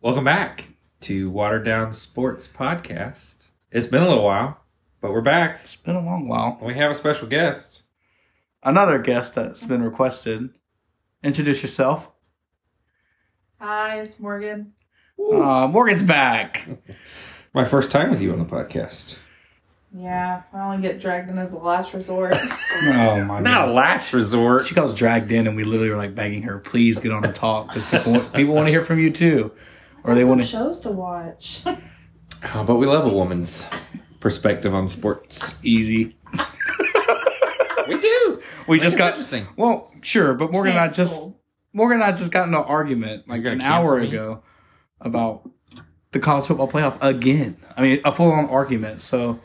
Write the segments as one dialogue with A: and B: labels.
A: Welcome back to Watered Down Sports Podcast. It's been a little while, but we're back.
B: It's been a long while.
A: And we have a special guest.
B: Another guest that's been requested. Introduce yourself.
C: Hi, it's Morgan.
A: Ooh,
B: Uh, Morgan's back.
A: my first time with you on the podcast.
C: Yeah, I only get dragged in as a last resort.
B: Oh
A: Not
B: my
A: a
B: goodness.
A: last resort.
B: She got us dragged in, and we literally were like begging her, "Please get on and talk, because people want, people want to hear from you too." Or they
C: Some
B: want to.
C: shows to watch.
A: Oh, but we love a woman's perspective on sports.
B: Easy.
A: We do.
B: We just
A: it's
B: got.
A: interesting.
B: Well, sure, but Morgan and I just
C: Canceled.
B: Morgan and I just got in an argument like
A: You're
B: an
A: gonna cancel
B: hour
A: me?
B: ago about the college football playoff again. I mean, a full on argument. So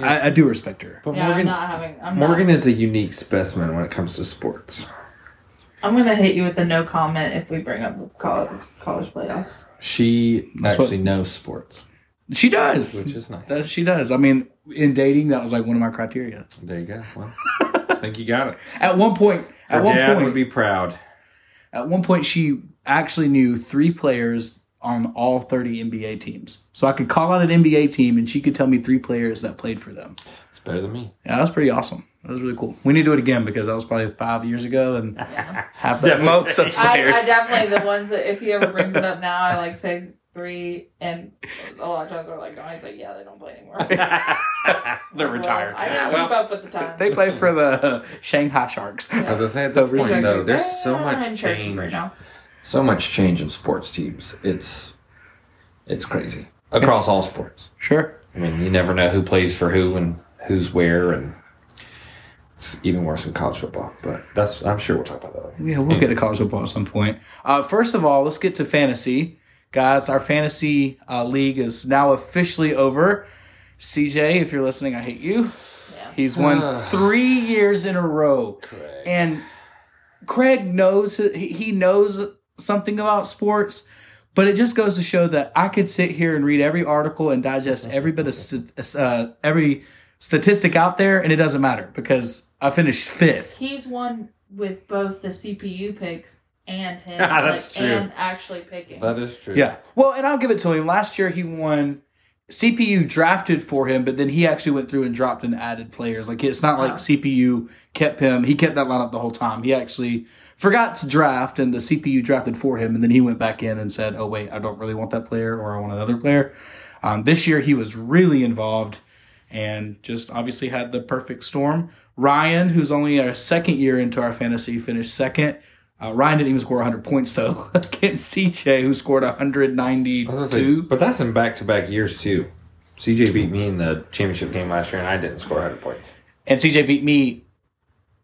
B: I, I do respect her.
A: But
C: Yeah, I'm
A: Morgan,
C: not having. I'm
A: Morgan
C: Not,
A: is a unique specimen when it comes to sports.
C: I'm gonna hit you with the no comment if we bring up the college college playoffs.
A: She
B: what-
A: actually knows sports,
B: She does.
A: which is nice.
B: That she does. I mean, in dating, that was like one of my criteria.
A: there you go. Well, I think you got it.
B: At one point,
A: Her
B: at one
A: dad
B: point,
A: would be proud.
B: at one point, she actually knew three players on all thirty NBA teams. So I could call out an NBA team, and she could tell me three players that played for them.
A: It's better than me.
B: Yeah, that was pretty awesome. That was really cool. We need to do it again because that was probably five years ago, and half that
A: Definitely.
B: most those
C: I, I
B: players.
C: definitely the ones that if he ever brings it up now, I like say three, and a lot of times are like, no, he's like, yeah, they don't play anymore.
B: They're
C: Well,
B: retired.
C: I didn't
A: Well,
C: keep up with the times.
B: They play for the uh, Shanghai Sharks.
A: As I say at this
B: Over
A: point,
B: sexy.
A: though, there's so
C: Ah, I'm
A: much
C: joking
A: change,
C: right now.
A: so much change in sports teams. It's it's crazy across all sports.
B: Sure.
A: I mean, you never know who plays for who and who's where, and it's even worse in college football. But that's I'm sure we'll talk about that later.
B: Yeah, we'll get to college football at some point. Uh, first of all, let's get to fantasy, guys. Our fantasy uh, league is now officially over. CJ, if you're listening, I hate you.
C: Yeah.
B: He's won three years in a row, and Craig knows he he knows something about sports. But it just goes to show that I could sit here and read every article and digest every bit of st- uh, every statistic out there, and it doesn't matter because I finished fifth.
C: He's one with both the CPU picks and him,
A: That's
C: like,
A: true.
C: and actually picking.
A: is true.
B: Yeah. Well, and I'll give it to him. Last year he won. CPU drafted for him, but then he actually went through and dropped and added players. Like it's not like
C: Wow.
B: CPU kept him. He kept that lineup the whole time. He actually forgot to draft, and the CPU drafted for him, and then he went back in and said, "Oh wait, I don't really want that player, or I want another player." Um, this year he was really involved, and just obviously had the perfect storm. Ryan, who's only our second year into our fantasy, finished second. Uh, Ryan didn't even score 100 points though against CJ, who scored
A: I was gonna say,
B: 192.
A: but that's in back to back years too. CJ beat me in the championship game last year, and I didn't score 100 points.
B: And CJ beat me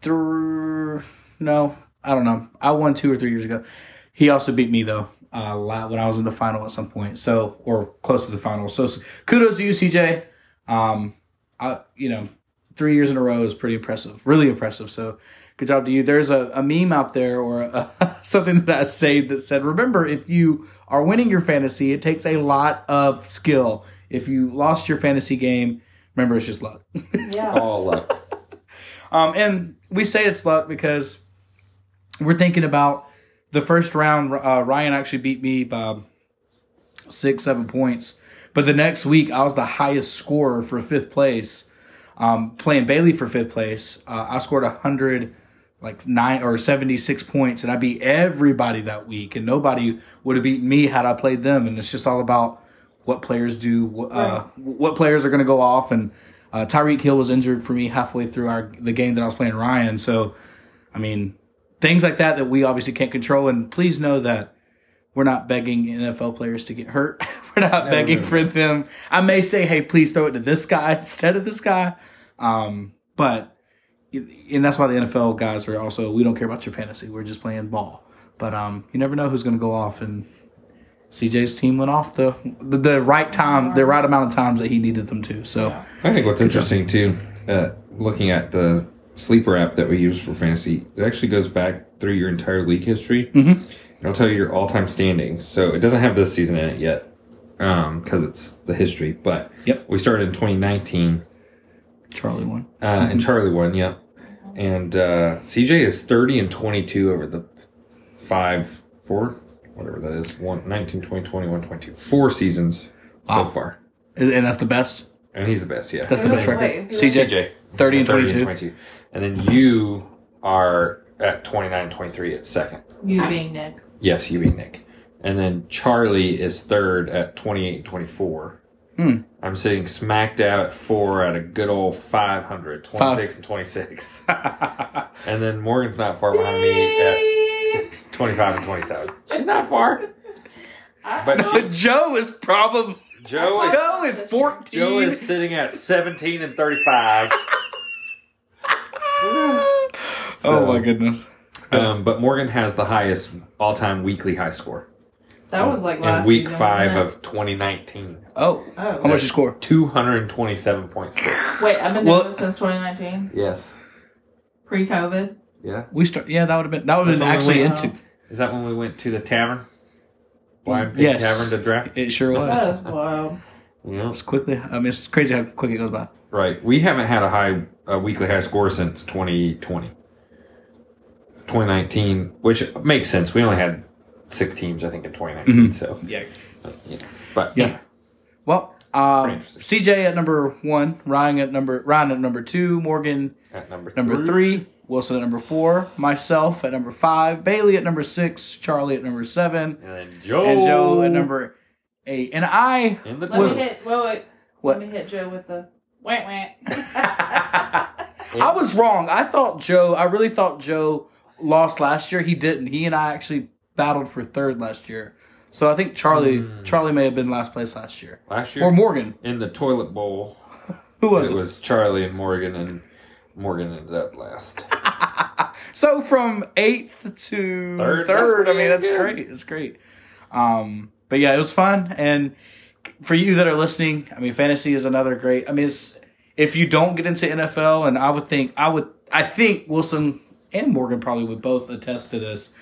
B: through. No, I don't know. I won two or three years ago. He also beat me though uh, la- when I was in the final at some point, so or close to the final. So s- kudos to you, CJ. Um, I you know three years in a row is pretty impressive, really impressive. So good job to you. There's a, a meme out there or a, something that I saved that said, "Remember, if you are winning your fantasy, it takes a lot of skill. If you lost your fantasy game, remember it's just luck."
C: yeah.
A: All luck.
B: Um, and we say it's luck because we're thinking about the first round. Uh, Ryan actually beat me by six, seven points. But the next week, I was the highest scorer for fifth place. Um, playing Bailey for fifth place, uh, I scored a hundred, like nine or seventy six points, and I beat everybody that week. And nobody would have beaten me had I played them. And it's just all about what players do, wh- uh, what players are going to go off. And uh, Tyreek Hill was injured for me halfway through our the game that I was playing Ryan. So, I mean, things like that that we obviously can't control. And please know that we're not begging NFL players to get hurt. we're not begging
A: no, no.
B: for them. I may say, hey, please throw it to this guy instead of this guy. Um, but and that's why the NFL guys are also we don't care about your fantasy. We're just playing ball. But um, you never know who's going to go off. And CJ's team went off the, the the right time, the right amount of times that he needed them to. So
A: I think what's interesting too, uh, looking at the sleeper app that we use for fantasy, it actually goes back through your entire league history. Mm-hmm. It'll tell you your all-time standings. So it doesn't have this season in it yet because it's the history. But
B: Yep.
A: we started in 2019,
B: Charlie won.
A: uh, and Charlie won. Yep, and uh, CJ is 30 and 22 over the five, four, whatever that is, one, 19, 20, 21, 22. Four seasons
B: Wow.
A: so far.
B: And and that's the best.
A: And he's the best, yeah.
B: That's the
C: Wait,
B: best
C: wait,
B: record.
C: wait.
B: CJ, 30 and 22.
A: And then you are at 29, 23 at second.
C: You being Nick.
A: Yes, you beat Nick. And then Charlie is third at 28 and 24.
B: Hmm.
A: I'm sitting smack dab at four at a good old 500, 26 and 26. and then Morgan's not far behind me at 25 and 27. She's not far. But she,
B: Joe is probably
A: Joe is
B: Joe is fourteen.
A: Joe is sitting at 17 and 35.
B: oh my goodness.
A: Um, but Morgan has the highest all time weekly high score.
C: That was like last
A: in week
C: season,
A: five
C: wasn't
A: of 2019.
B: Oh,
C: it? Oh.
B: how much you score?
A: 227.6.
C: Wait, I've been
B: Well-
C: doing this since 2019,
A: Yes.
C: pre-COVID.
A: Yeah.
B: We start. Yeah, that would have been that would have been
A: That's
B: actually
A: only
B: into.
C: one.
A: Is that when we went to the tavern? Blind Pig
B: Yes.
A: Tavern to draft?
B: It sure
C: That
B: was.
C: was wild.
A: Yeah.
B: It's quickly. I mean, it's crazy how quick it goes by.
A: Right. We haven't had a high a weekly high score since 2020. 2019, which makes sense. We only had six teams, I think, in 2019. So,
B: Yeah.
A: yeah. But,
B: Mm-hmm. Yeah. Well, um,
A: pretty interesting.
B: CJ at number one, Ryan at number Ryan at number two, Morgan
A: at number,
B: number
A: three.
B: three, Wilson at number four, myself at number five, Bailey at number six, Charlie at number seven,
A: And then Joe.
B: and Joe at number eight. And I
A: In the
C: Let
B: Was-
C: me hit. Wait, wait.
B: What?
C: Let me hit Joe with the went went.
B: I was wrong. I thought Joe. I really thought Joe lost last year. He didn't. He and I actually battled for third last year. So I think Charlie
A: Hmm.
B: Charlie may have been last place last year,
A: Last year.
B: or Morgan.
A: in the toilet bowl.
B: Who was
A: It
B: it?
A: was Charlie and Morgan, and Morgan ended up last.
B: So from eighth to third,
A: Third,
B: I
A: that's
B: mean that's
A: pretty good.
B: great. It's great. Um, but yeah, it was fun. And for you that are listening, I mean, fantasy is another great. I mean, it's, if you don't get into NFL, and I would think I would, I think Wilson and Morgan probably would both attest to this.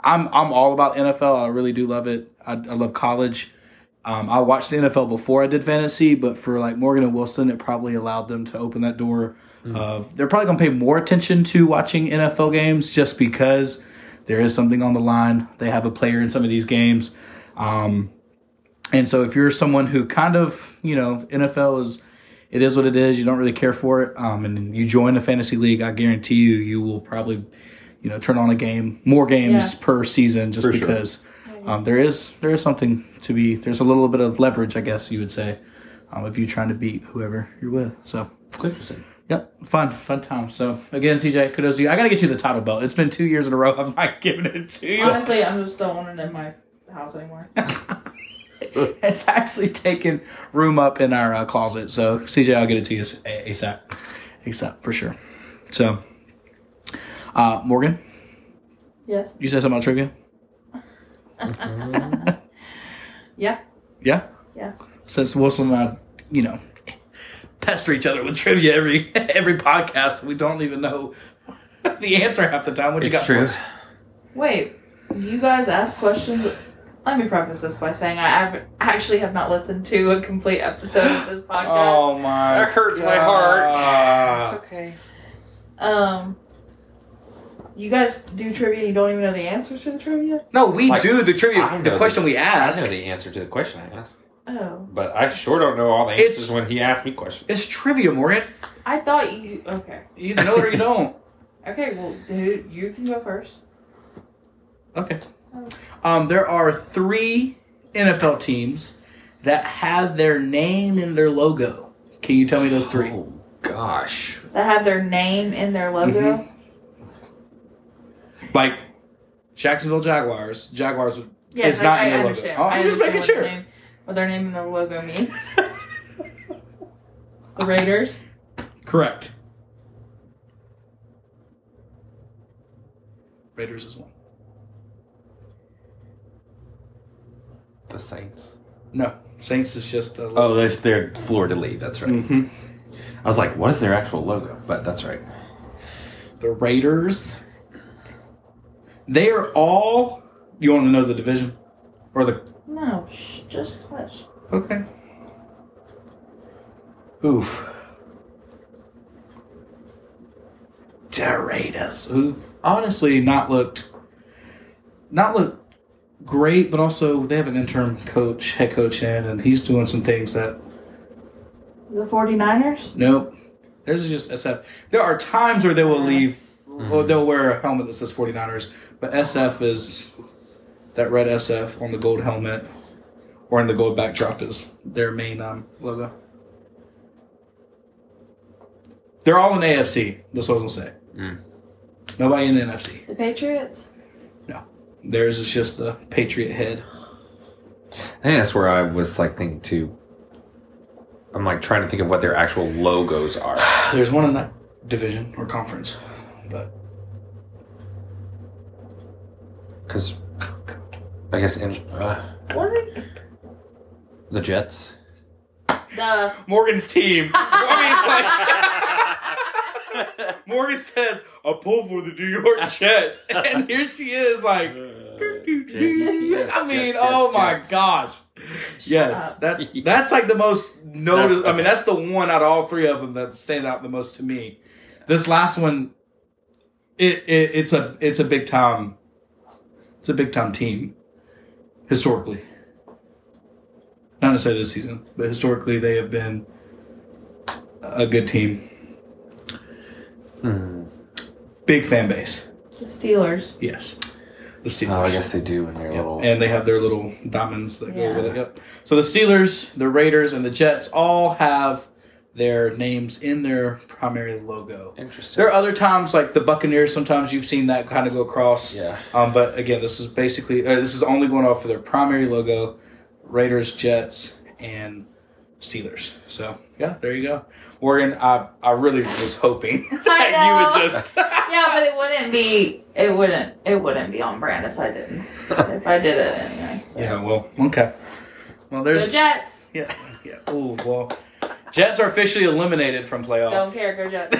B: I'm I'm all about NFL. I really do love it. I, I love college. Um, I watched the NFL before I did fantasy, but for like Morgan and Wilson, it probably allowed them to open that door. Of they're probably gonna pay more attention to watching NFL games just because there is something on the line. They have a player in some of these games, um, and so if you're someone who kind of you know NFL is it is what it is. You don't really care for it, um, and you join a fantasy league. I guarantee you, you will probably you know turn on a game more games
C: Yeah.
B: per season just
A: For sure.
B: because um, there is there is something to be there's a little bit of leverage I guess you would say um, if you're trying to beat whoever you're with so
A: Interesting.
B: yep fun fun time so again CJ kudos to you I gotta get you the title belt it's been two years in a row I'm not giving it to you
C: Honestly, I'm just don't want it in my house anymore.
B: it's actually taking room up in our uh, closet so CJ I'll get it to you s- a- ASAP ASAP for sure so uh, Morgan
C: yes.
B: you said something about trivia
C: Yeah.
B: yeah
C: Yeah.
B: since Wilson and I, you know, pester each other with trivia every every podcast. We don't even know the answer half the time. What you got for us?
C: Wait, you guys ask questions. Let me preface this by saying I have, actually have not listened to a complete episode of this
A: Oh.
C: podcast.
B: Oh my!
A: That hurts my heart.
C: okay. Um, you guys do trivia. and You don't even know the answers to the trivia.
B: No, we
A: Like,
B: do the
A: I
B: trivia.
A: know
B: The question
A: this.
B: we
A: I know
B: ask.
A: the answer to the question I asked,
C: Oh,
A: but I sure don't know all the
B: It's-
A: answers when he asked me questions.
B: It's trivia, Morgan.
C: I thought you. Okay.
B: You either know it or you don't.
C: Okay. Well, dude, you can go first.
B: Okay. Um, there are three NFL teams that have their name in their logo. Can you tell me those three?
A: Oh gosh,
C: That have their name in their logo.
B: Mm-hmm. Like Jacksonville Jaguars. Jaguars
C: Yeah,
B: It's
C: I,
B: not
C: I
B: in their logo.
C: understand.
B: Oh, I'm
C: I
B: just making
C: understand what their
B: sure.
C: name- What their name and their logo means. the Raiders.
B: Correct. Raiders is one.
A: the Saints.
B: No, Saints is just the. Mm-hmm.
A: Oh, that's their Florida Lee. That's right. I was like, what is their actual logo? But that's right.
B: The Raiders. They are all. You want to know the division, or the?
C: No, sh- just hush.
B: Okay. Oof. The Raiders, who've honestly not looked, not looked great, but also they have an interim coach, head coach in, and he's doing some things that
C: The 49ers?
B: nope. There's just SF. There are times where they will leave, well, they'll wear a helmet that says 49ers, but SF is that red SF on the gold helmet or in the gold backdrop is their main um, logo. They're all in AFC. That's what I was gonna say. Nobody in the NFC.
C: The Patriots?
B: No, theirs is just the Patriot head.
A: I think that's where I was like thinking too. I'm like trying to think of what their actual logos are.
B: There's one in that division or conference, but
A: Because I guess in uh,
C: What? are-
A: the Jets.
C: The
B: Morgan's team. I mean, like- Morgan says, "I pull for the New York Jets," and here she is, like, I mean, oh my gosh. Yes,
C: up.
B: that's that's like the most notice.
A: Uh, That's-
B: I mean, that's the one out of all three of them that stand out the most to me. This last one, it, it it's a it's a big time, it's a big time team, historically. Not necessarily this season, but historically they have been a good team.
A: Hmm.
B: Big fan base,
C: the Steelers.
B: yes. The Steelers
A: Oh, I guess they do in their little.
B: and they have their little diamonds that
C: Yeah.
B: go with it. Yep. So the Steelers, the Raiders, and the Jets all have their names in their primary logo.
A: Interesting.
B: There are other times, like the Buccaneers. Sometimes you've seen that kind of go across.
A: Yeah.
B: Um, but again, this is basically uh, this is only going off of their primary logo: Raiders, Jets, and Steelers. So yeah, there you go. Morgan, I I really was hoping that you
C: know.
B: would just.
C: Yeah, but it wouldn't be it wouldn't it wouldn't be on brand if I didn't. if I did it anyway.
B: yeah. Well. Okay. Well,
C: The
B: there's
C: Jets.
B: Yeah. Yeah. Oh well, Jets are officially eliminated from
C: Don't
B: playoff.
C: care, go Jets.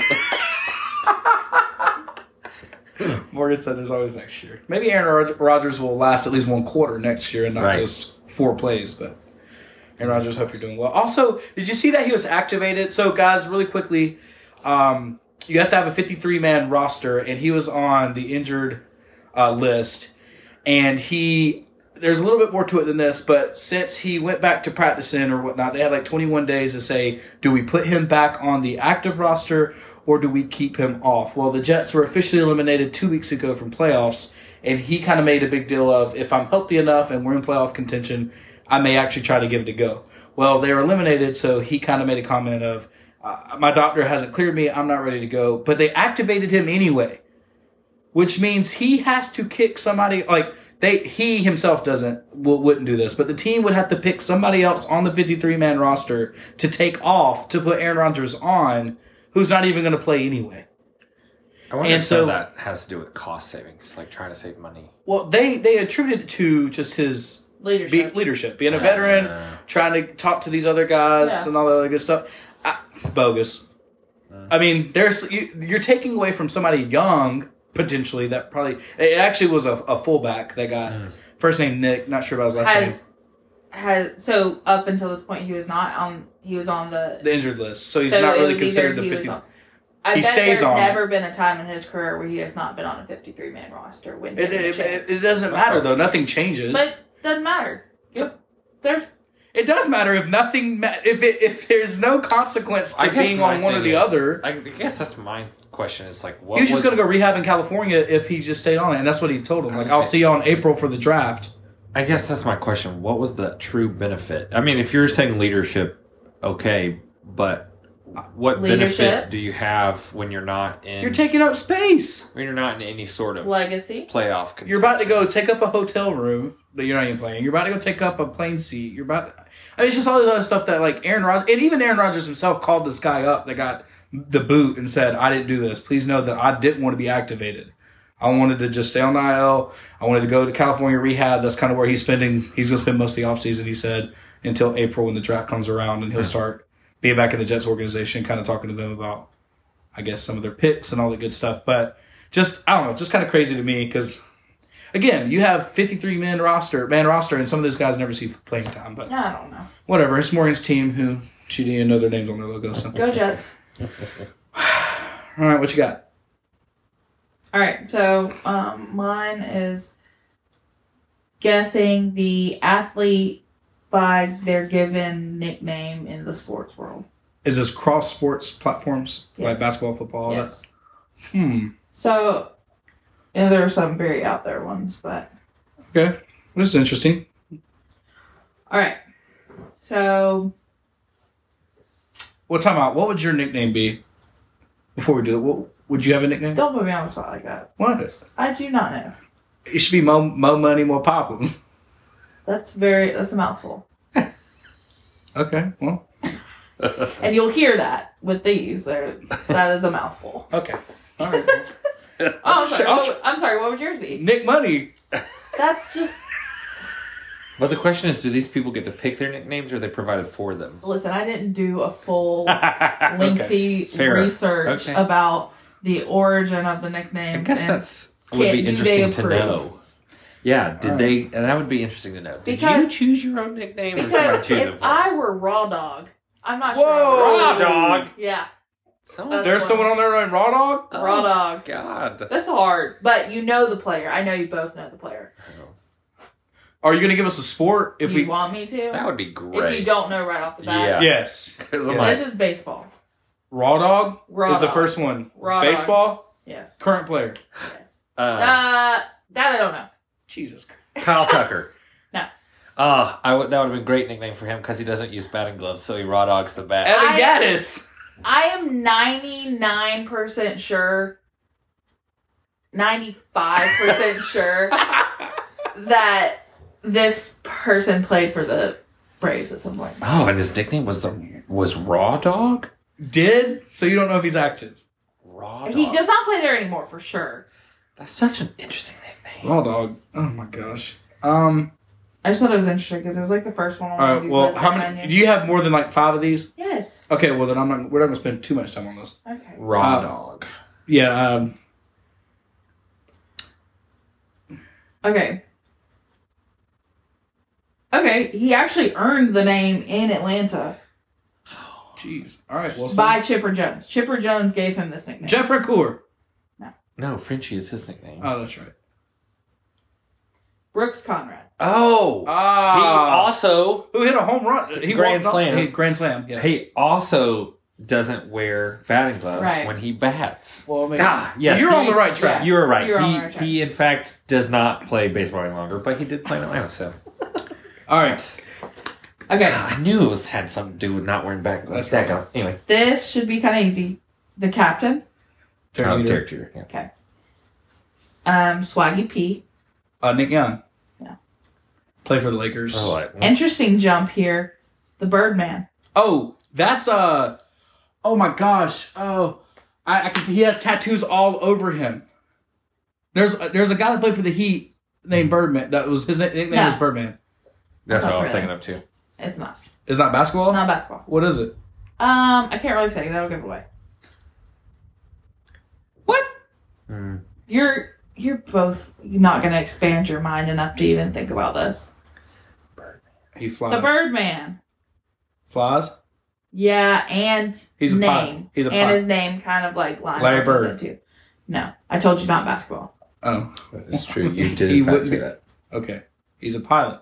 B: Morgan said there's always next year. Maybe Aaron Rod- Rodgers will last at least one quarter next year and not
A: Right.
B: just four plays, but. Aaron Rodgers, hope you're doing well. Also, did you see that he was activated? So, guys, really quickly, um, you have to have a 53 man roster, and he was on the injured uh, list. and he there's a little bit more to it than this but since he went back to practicing or whatnot they had like 21 days to say do we put him back on the active roster or do we keep him off well the jets were officially eliminated two weeks ago from playoffs and he kind of made a big deal of if i'm healthy enough and we're in playoff contention i may actually try to give it a go well they were eliminated so he kind of made a comment of uh, my doctor hasn't cleared me i'm not ready to go but they activated him anyway which means he has to kick somebody like they he himself doesn't will, wouldn't do this but the team would have to pick somebody else on the 53 man roster to take off to put Aaron Rodgers on who's not even going to play anyway
A: I wonder
B: and
A: if
B: so-
A: so, that has to do with cost savings, like trying to save money.
B: well they they attributed it to just his be,
C: Leadership.
B: leadership being a veteran
A: Uh.
B: trying to talk to these other guys
C: Yeah. Uh.
B: and all that other good stuff I, bogus i mean there's you, you're taking away from somebody young potentially that probably it actually was a, a fullback that got first name nick not sure about his last name
C: Mm. has has so up until this point he was not on he was on the
B: the injured list, so he's
C: so
B: not
C: it
B: really
C: was
B: considered
C: either
B: the
C: he was
B: 50.
C: on- I
B: He
C: bet
B: stays
C: there's
B: on it.
C: never been a time in his career where he has not been on a 53 man roster when
B: It,
C: given a
B: it,
C: chance.
B: it, it doesn't matter though. Nothing changes.
C: but doesn't matter.
B: So-
C: There's
B: it does matter if nothing. Ma- if it, if there's no consequence to
A: guess
B: being
A: my
B: on one or
A: thing
B: the
A: is-
B: other,
A: I guess that's my question. Is like what
B: he was just
A: was-
B: going to go rehab in California if he just stayed on it, and that's what he told him. Like,
A: gonna
B: I'll
A: say-
B: see you on April for the draft.
A: I guess that's my question. What was the true benefit? I mean, if you're saying leadership, okay, but what
C: Leadership?
A: benefit do you have when you're not in
B: You're taking up space.
A: when you're not in any sort of
C: legacy.
A: playoff? Contention?
B: You're about to go take up a hotel room that you're not even playing. You're about to go take up a plane seat. You're about. I mean, it's just all this other stuff that like Aaron Rodgers and even Aaron Rodgers himself called this guy up that got the boot and said, "I didn't do this. Please know that I didn't want to be activated. I wanted to just stay on the IL. I wanted to go to California rehab. That's kind of where he's spending. He's going to spend most of the offseason, He said until April when the draft comes around, and he'll start being back in the Jets organization, kind of talking to them about, I guess, some of their picks and all the good stuff. But just I don't know, just kind of crazy to me because again, you have 53 men roster, man roster, and some of those guys never see playing time. But
C: I don't know.
B: whatever, it's Morgan's team who she didn't even know their names on their logo. So
C: Go Jets.
B: all right, what you got?
C: All right, so um, mine is guessing the athlete by their given nickname in the sports world.
B: Is this cross sports platforms like
C: Yes.
B: basketball, football? all
C: yes.
B: that? Hmm.
C: So, and there are some very out there ones, but
B: Okay. This is interesting.
C: all right. So
B: Well, time out. What would your nickname be? Before we do that, what would you have a nickname?
C: don't put me on the spot like that.
B: What?
C: I do not know.
B: It should be mo, mo money, more problems.
C: That's very that's a mouthful,
B: Okay. Well.
C: and you'll hear that with these. They're- That is a mouthful.
B: Okay. All right.
C: Oh, I'm sorry.
B: I'll-
C: What would- I'm sorry. What would yours be?
B: Nick Money.
C: That's just
A: But the question is, do these people get to pick their nicknames, or are they provided for them?
C: listen. I didn't do a full lengthy
A: Fair.
C: research
A: Okay.
C: about the origin of the
A: I
C: nickname.
A: guess
C: and-
A: that's would
C: Can't-
A: be
C: do
A: interesting
C: they
A: to
C: approve?
A: know. Yeah, did they? And that would be interesting to know. Did you
C: Because-
A: choose your own nickname, or someone
C: because
A: choose it
C: if
A: for?
C: I were raw dog, I'm not
B: Whoa!
C: sure.
A: Raw dog.
C: Yeah,
A: Someone-
C: That's
B: There's
C: one.
B: someone on there named Raw Dog.
A: Oh,
C: raw dog.
A: God.
C: That's hard, but you know the player. I know you both know the player.
B: Are you going to give us a sport if
C: you
B: we?
C: want me to?
A: That would be
C: if you
A: great.
C: don't know right off the bat,
A: Yeah.
B: Yes.
A: 'Cause I'm
B: Yeah.
A: like-
C: this is baseball.
B: Raw Dog
C: Raw
B: is the
C: Dog.
B: first one.
C: Raw Dog.
B: Baseball.
C: Yes.
B: Current player.
C: yes. Uh,
A: uh,
C: that I don't know.
B: Jesus. Christ.
A: Kyle Tucker.
C: No.
A: Ah, I would. That would have been a great nickname for him because he doesn't use batting gloves, so he raw dogs the bat.
B: Evan
C: I-
B: Gaddis.
C: I am ninety nine percent sure, ninety five percent sure that this person played for the Braves at some point.
A: Oh, and his nickname was the was raw dog.
B: Did so you don't know if he's active.
A: Raw.
C: He
A: Dog.
C: does not play there anymore for sure.
A: That's such an interesting nickname.
B: Raw dog. Oh my gosh. Um.
C: I just thought it was interesting because it was like the first one on
B: All right.
C: these
B: Well,
C: lists
B: how
C: that I
B: many?
C: knew.
B: Do you have more than like five of these?
C: yes.
B: Okay. Well, then I'm not. We're not gonna spend too much time on this.
C: Okay.
A: Raw
B: Uh,
A: dog.
B: Yeah. Um.
C: Okay. Okay, he actually earned the name in Atlanta
B: Jeez. All right. Well.
C: by Chipper Jones. Chipper Jones gave him this nickname.
B: Jeff Rancour.
A: No, Frenchie is his nickname.
B: Oh, that's right.
C: Brooks Conrad.
A: oh, he
B: Ah.
A: also
B: who hit a home run? He
A: Grand
B: walked off-
A: slam.
B: he- grand slam. Yes.
A: he also doesn't wear batting gloves
C: Right.
A: when he bats.
B: Well, it makes
A: God, yes,
B: You're
A: he-
B: on the right track.
A: You were right.
C: You're on
A: he
C: the right track.
A: he in fact does not play baseball any longer, but he did play in Atlanta. So
B: All right.
C: Okay,
A: I knew it was had something to do with not wearing back.
B: That's
A: That's
B: right.
A: Anyway,
C: this should be kind of easy. The captain,
B: Derek
A: oh,
B: Jeter.
A: Derek Jeter. Yeah.
C: um, Swaggy P.
B: Uh, Nick Young.
C: Yeah.
B: Play for the Lakers.
A: Oh, like,
C: Interesting jump here. The Birdman.
B: Oh, that's uh Oh my gosh. Oh, I, I can see he has tattoos all over him. There's uh, there's a guy that played for the Heat named Birdman. That was his nickname
C: No.
B: was Birdman.
A: that's what I was
C: Sorry.
A: thinking of too.
C: It's not.
B: Is that basketball?
C: Not basketball.
B: What is it?
C: Um, I can't really say. That'll give it away.
B: What?
C: You're you're both not gonna expand your mind enough to even think about this.
B: He flies.
C: The Birdman.
B: flies.
C: Yeah, and
B: He's a
C: name.
B: pilot. He's a
C: and
B: pilot.
C: his name kind of like lines
B: Larry
C: up with
B: Bird.
C: it, Too. No, I told you not basketball.
B: Oh,
A: It's true. You
B: did
A: did
B: He in
A: in
B: fact
A: fact
B: wouldn't say
A: say
B: be-
A: that.
B: okay. He's a pilot.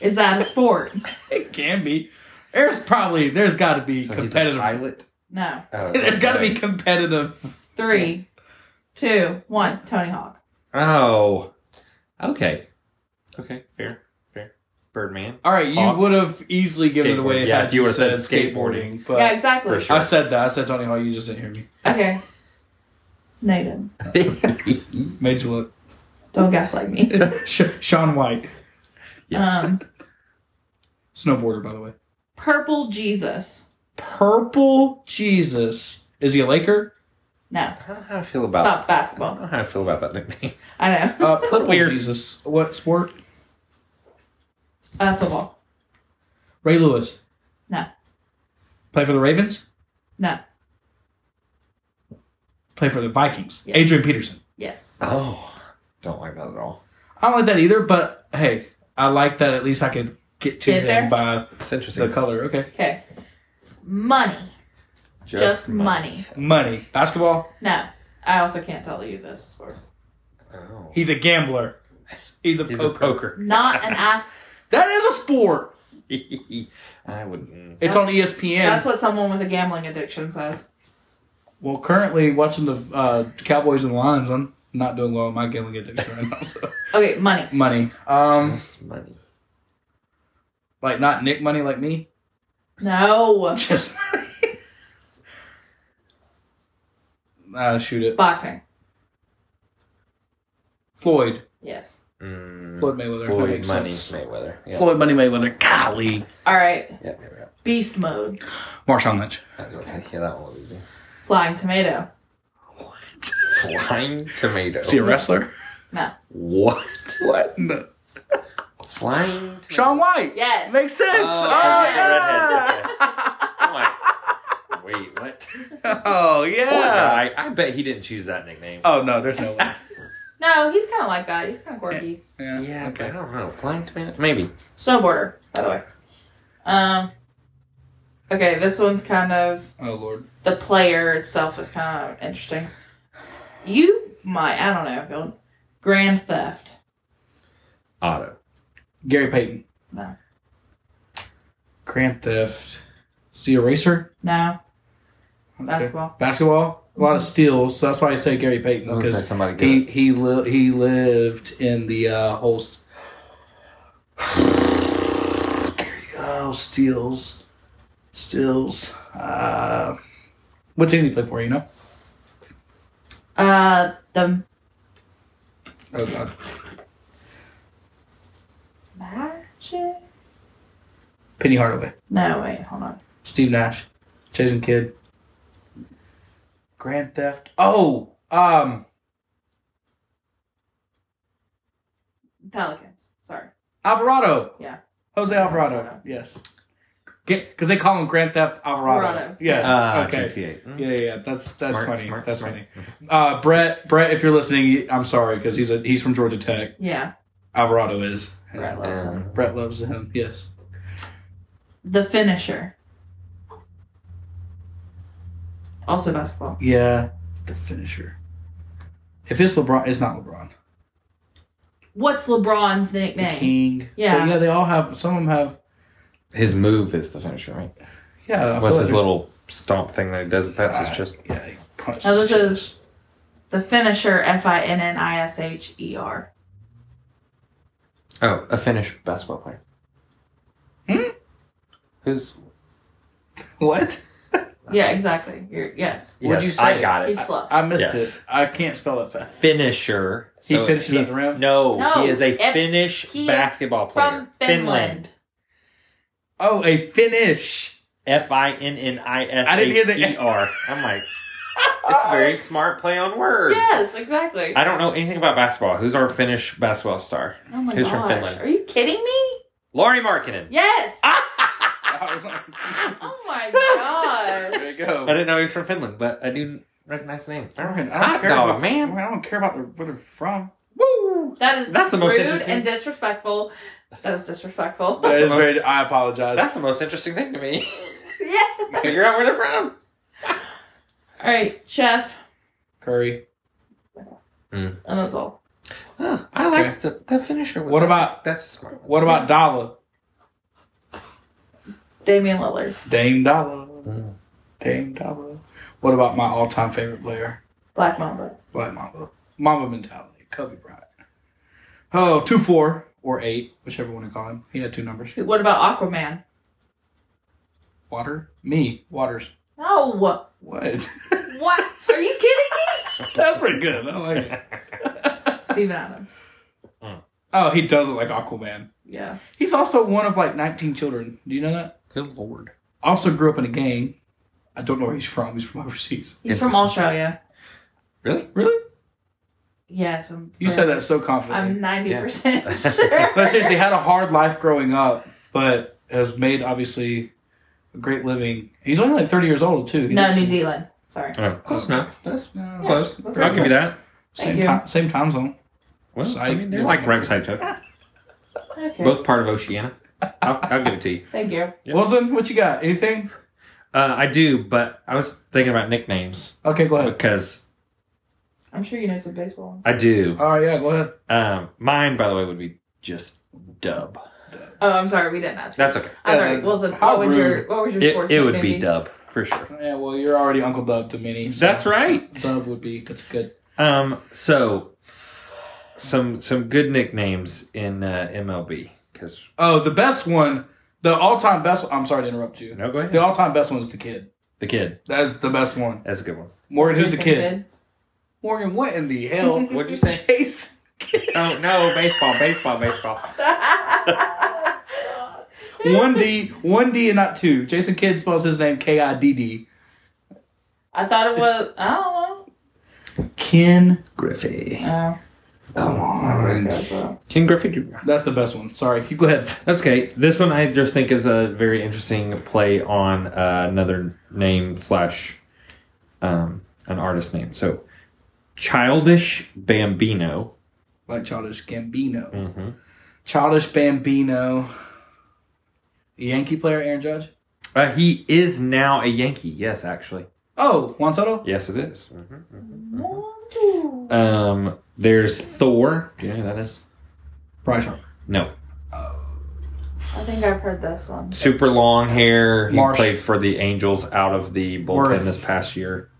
C: Is that a sport?
B: It can be. There's probably there's got to be competitive.
A: pilot.
C: No.
A: Oh,
B: There's got to be competitive.
C: Three, two, one. Tony Hawk.
A: Oh, okay, okay, fair, fair. Birdman.
B: All right, you
A: Hawk.
B: would have easily given it away
A: Skateboard. Yeah,
B: had
A: if you
B: you
A: would've
B: said
A: said
B: skateboarding. But
C: yeah, exactly.
A: for sure.
B: I said that. I said Tony Hall. You just didn't hear me.
C: Okay. No, you didn't.
B: Made you look.
C: Don't gaslight me.
B: Sh- Sean White,
A: yes.
C: Um,
B: snowboarder, by the way.
C: Purple Jesus.
B: Purple Jesus. Is he a Laker?
C: No,
A: I don't know how I feel
C: it's
A: about.
C: not
A: I don't
C: basketball.
A: know how I feel about that nickname.
C: I know.
B: Uh, purple
A: weird.
B: Jesus. What sport?
C: Uh, football.
B: Ray Lewis.
C: No,
B: Play for the Ravens.
C: no.
B: Play for the Vikings.
C: Yeah.
B: Adrian Peterson.
C: Yes.
A: Oh, don't like that at all.
B: I don't like that either, but hey, I like that at least I could get to
C: Get
B: him
C: there?
B: by
A: It's
B: the
A: interesting.
B: color. Okay.
C: Okay. Money. Just, money.
B: Money. Basketball.
C: No, I also can't tell you this sport.
A: Oh.
B: He's a gambler. He's a
A: He's a
B: poker.
A: poker.
C: Not an ath-
B: That is a sport.
A: I would.
B: It's on E ESPN.
C: That's what someone with a gambling addiction says.
B: well, currently watching the uh, Cowboys and the Lions, I'm not doing well in my gambling addiction right now. So.
C: Okay, money.
B: Money. Um,
A: Lost money.
B: like not Nick money like me.
C: No.
B: Just money. uh, shoot it.
C: Boxing.
B: Floyd.
C: Yes.
A: Mm,
B: Floyd Mayweather. that
A: Floyd
B: makes
A: Money
B: sense.
A: Mayweather. Yep.
B: Floyd Money Mayweather. Golly.
C: All right.
A: Yep, yep, yep.
C: Beast mode.
B: Marshawn Lynch.
A: I was gonna say, yeah, that one was easy.
C: Flying tomato.
B: What?
A: Flying tomato.
B: Is he a wrestler?
C: No.
A: What?
B: What? No.
A: Flying tomato.
B: Sean White.
C: Yes.
B: Makes sense.
A: Oh,
B: Oh, yeah.
A: yeah. Wait, what?
B: Oh, yeah.
A: Poor guy. I bet he didn't choose that nickname.
B: Oh, no, there's no way.
C: No, he's kind of like that. He's kind of quirky.
B: Yeah.
A: yeah, but I
B: Okay.
A: don't know. Flying tomato? Maybe.
C: Snowboarder, by the way. Um. Okay, this one's kind of
B: Oh, Lord.
C: the player itself is kind of interesting. You might, I don't know, Bill. Grand theft.
A: Auto.
B: Gary Payton.
C: No,
B: Grand Theft. Is he a racer?
C: no,
B: Okay.
C: basketball.
B: Basketball? A lot of steals, so that's why I say Gary Payton.
A: I was gonna say
B: Because
A: somebody get
B: he, he, li- he lived in the uh, whole. St- oh, steals. Steals. Uh, what team did he play for, you know?
C: Uh, the
B: Oh, God.
C: magic.
B: Penny Hardaway.
C: No, wait, hold on.
B: Steve Nash, Jason Kidd, Grand Theft. Oh, um,
C: Pelicans. Sorry.
B: Alvarado.
C: Yeah.
B: Jose Alvarado.
C: Alvarado.
B: Yes. Because they call him Grand Theft Alvarado.
C: Alvarado.
B: Yes.
A: Ah,
B: okay.
A: GTA. Mm.
B: Yeah, yeah, yeah, that's that's
A: Smart,
B: funny.
A: smart,
B: that's
A: smart.
B: funny. Uh, Brett, Brett, if you're listening, I'm sorry because he's a he's from Georgia Tech.
C: Yeah.
B: Alvarado is.
C: Brett loves
A: Uh,
C: them.
B: Brett loves him. Yes.
C: The finisher. Also basketball.
B: Yeah. The finisher. If it's LeBron, it's not LeBron.
C: What's LeBron's
B: The
C: nickname?
B: King.
C: Yeah.
B: Well, yeah, they all have. Some of them have.
A: his move is the finisher, right?
B: Yeah. I
A: What's
B: feel like
A: his
B: there's-
A: little stomp thing that he does and pats his chest?
B: Yeah. he punches
C: Now Oh, this
B: his
C: is-
B: chest.
C: The finisher. F I N N I S H E R.
A: Oh, a Finnish basketball player. Hmm? Who's.
B: what?
C: Yeah, exactly. You're, yes.
B: What'd you say?
A: I got it.
C: He's slow.
B: I missed
A: Yes.
B: it. I can't spell it fast.
A: Finisher.
B: He finishes at
A: he's-
B: the rim?
A: No,
C: No,
A: he is a
C: if-
A: Finnish
C: he is
A: basketball player.
C: From Finland.
B: Oh, a finish.
A: F I N N I S
B: I didn't hear
A: H
B: the-
A: E R. I'm like, it's a very smart play on words.
C: Yes, exactly.
A: I don't know anything about basketball. Who's our Finnish basketball star?
C: oh my
A: Who's
C: gosh.
A: from Finland? Ah.
C: Are you kidding me?
A: Laurie Markkinen.
C: Yes.
B: there
C: Oh my gosh.
B: you go.
A: I didn't know he was from Finland, but I do recognize the name.
B: I don't,
A: Hot
B: care
A: dog,
B: about
A: man.
B: I don't care about their, where they're from.
A: Woo!
C: That is
A: That's the most
C: rude
A: interesting-
C: and disrespectful. That is disrespectful.
A: That's
B: That
A: the
B: is
A: most-
B: very. I apologize.
A: That's the most interesting thing to me.
C: yeah.
A: Figure out where they're from.
C: All right, chef.
B: Curry.
C: And that's all.
A: Huh, I
B: Okay.
A: like the, the finisher. With
B: What
A: that.
B: about-
A: that's a smart one?
B: What about Dollar?
C: Damian Lillard.
B: Dame Dollar.
A: Mm.
B: Dame Dollar. What about my all-time favorite player,
C: Black Mamba.
B: Black Mamba? Mamba mentality. Kobe Bryant. Oh, two four or eight, whichever one you call him. He had two numbers.
C: Who- What about Aquaman?
B: Water. Me. Waters.
C: No. What?
B: What?
C: Are you kidding
B: That's pretty good. I like it.
C: me? Steven Adams.
B: Oh, he does look like Aquaman.
C: Yeah.
B: He's also one of like 19 children. Do you know that?
A: Good lord.
B: Also grew up in a gang. I don't know where he's from. He's from overseas.
C: He's from Australia.
A: Really?
B: Really?
C: Yes. I'm
B: You said that so
C: I'm
B: confidently.
C: 90%
A: Yeah.
C: sure.
B: But seriously, had a hard life growing up, but has made obviously a great living. He's only like 30 years old too. He
C: No,
B: lives
C: New
B: in-
C: Zealand. Sorry.
A: Oh, close enough. That's
B: No,
A: close.
C: That's
A: I'll give you that.
B: Same
C: you.
B: time, same time zone.
A: Well,
B: Side-
A: I mean, they're
B: yeah.
A: like Ah, right beside each other.
C: Okay.
A: Both part of Oceania. I'll, I'll give it to you.
C: Thank you.
A: Yep.
B: Wilson, what you got? Anything?
A: Uh, I do, but I was thinking about nicknames
B: Okay, go ahead.
A: because
C: I'm sure you know some baseball.
A: I do.
B: Oh yeah, go ahead.
A: Um, mine, by the way, would be just dub.
C: Oh, I'm sorry, we didn't ask.
A: That's okay.
C: I'm
B: Yeah,
C: sorry,
B: like,
C: Wilson.
B: how
C: What would your
B: rude.
C: What would your
A: It,
C: sports
A: it would
C: name
A: be dub for sure.
B: Yeah, well, you're already Uncle Dub to many. so
A: That's right.
B: Dub would be that's good.
A: Um, so some some good nicknames in uh, MLB because
B: Oh, the best one, the all-time best. I'm sorry to interrupt you.
A: no, go
B: The
A: ahead.
B: all-time best one is the kid.
A: The kid.
B: That's the best one.
A: That's a good one.
B: Morgan, who's the kid?
C: Jason
B: Morgan, what in the hell?
A: What'd you say?
B: Chase.
A: oh no, baseball, baseball, baseball.
B: One D, one D, and not two. Jason Kidd spells his name K I D D.
C: I thought it was. I don't know.
B: Ken Griffey.
C: Oh.
B: Come on.
A: King Griffey Jr.
B: That's the best one. Sorry, you go ahead.
A: That's okay. This one I just think is a very interesting play on uh, another name slash um, an artist name. So, Childish Bambino.
B: Like Childish Gambino.
A: Mm-hmm.
B: Childish Bambino. The Yankee player, Aaron Judge.
A: Uh, he is now a Yankee. Yes, actually.
B: Oh, Juan Soto.
A: Yes, it is. Mm-hmm. Um, there's Thor. Do you know who that is?
B: Bryce Harper.
A: No.
C: I think I've heard this one.
A: Super long hair. He
B: Marsh.
A: played for the Angels out of the bullpen
B: Worth.
A: this past year.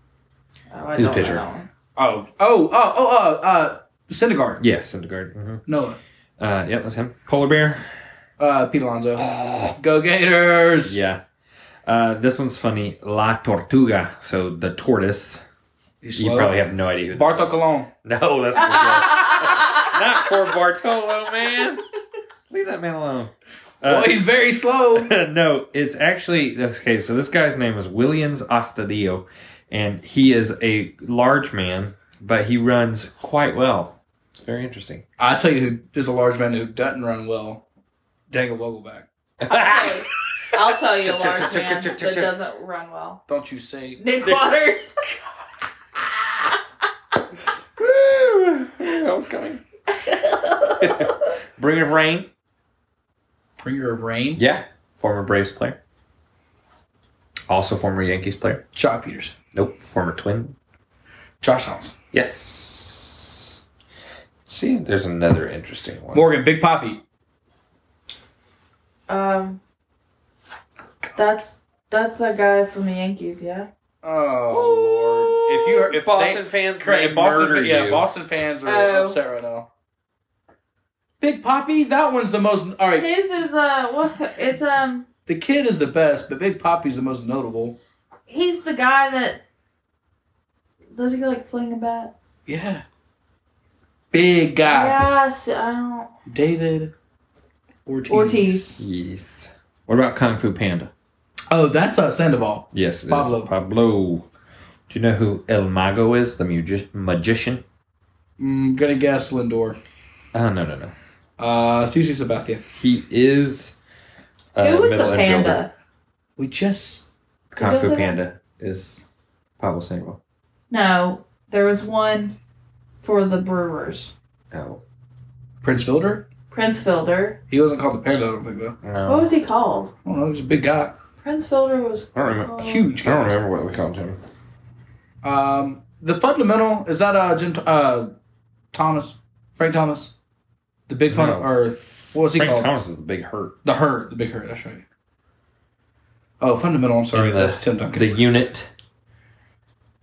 C: Oh, I
A: He's a
C: don't know
A: pitcher.
C: that one.
B: Oh, oh, oh, oh, uh, uh, Syndergaard.
A: Yes, Syndergaard. Mm-hmm.
B: Noah.
A: Uh, yep, that's him. Polar bear.
B: Uh, Pete Alonso. Go Gators.
A: Yeah. Uh, this one's funny. La Tortuga. So the tortoise.
B: He's
A: You
B: slow.
A: probably have no idea who this
B: Bartol
A: is.
B: Colon.
A: No, that's not Not poor Bartolo, man. Leave that man alone. Uh,
B: well, he's very slow.
A: no, it's actually okay. So this guy's name is Williams Ostadio, and he is a large man, but he runs quite well. It's very interesting.
B: I tell you who is a large man who doesn't run well. Dangle Woggleback.
C: Okay. I'll tell you a
A: Chuk, chuk, chuk,
C: large
A: chuk,
C: man
A: chuk, chuk,
C: that
A: chuk.
C: doesn't run well.
B: Don't you say
C: Nick Waters.
A: that was coming. Bringer of Rain.
B: Bringer of Rain?
A: Yeah, former Braves player. Also former Yankees player.
B: Jock Peters.
A: Nope, former Twin.
B: Josh Thompson.
A: Yes. See, there's another interesting one.
B: Morgan, Big Poppy.
C: Um, that's that's that guy from the Yankees, yeah.
B: Oh, Lord. If you are, if
A: Boston
B: they-
A: fans
B: correct,
A: may
B: if Boston,
A: murder
B: yeah,
A: you.
B: Boston fans are
C: Oh.
B: upset right now. Big Poppy, that one's the most. All right,
C: His is uh, what it's um,
B: the kid is the best, but Big Poppy's the most notable.
C: he's the guy that does he like fling a bat?
B: Yeah, big guy,
C: Yes, I don't.
B: David Ortiz.
C: Ortiz.
A: Yes. What about Kung Fu Panda?
B: Oh, that's uh, Sandoval.
A: Yes, it is.
B: Pablo.
A: Pablo. Do you know who El Mago is? The magi- magician?
B: I'm Mm, gonna guess Lindor.
A: Oh, no, no, no.
B: Uh, CC Sabathia.
A: He is. Uh,
C: Who was the
A: middle-aged
C: panda?
A: older.
B: We just
A: Kung
C: Who
A: Fu
C: does it?
A: Panda is Pablo Sandoval.
C: No, there was one for the Brewers.
A: Oh.
B: Prince Fielder.
C: Prince Fielder.
B: He wasn't called the panda. I don't think though.
A: No.
C: What was he called?
B: I don't know. He's a big guy,
C: Prince Fielder was
A: I don't remember.
B: huge.
A: I
B: Guy.
A: don't remember what we called him.
B: Um, the fundamental is that uh, Jim, uh, Thomas, Frank Thomas, the big fun
A: No.
B: or what was he
A: Frank
B: called?
A: Thomas is the big hurt.
B: The hurt, the big hurt. That's right. Oh, fundamental. I'm sorry,
A: In the-
B: that's Tim Duncan.
A: The unit.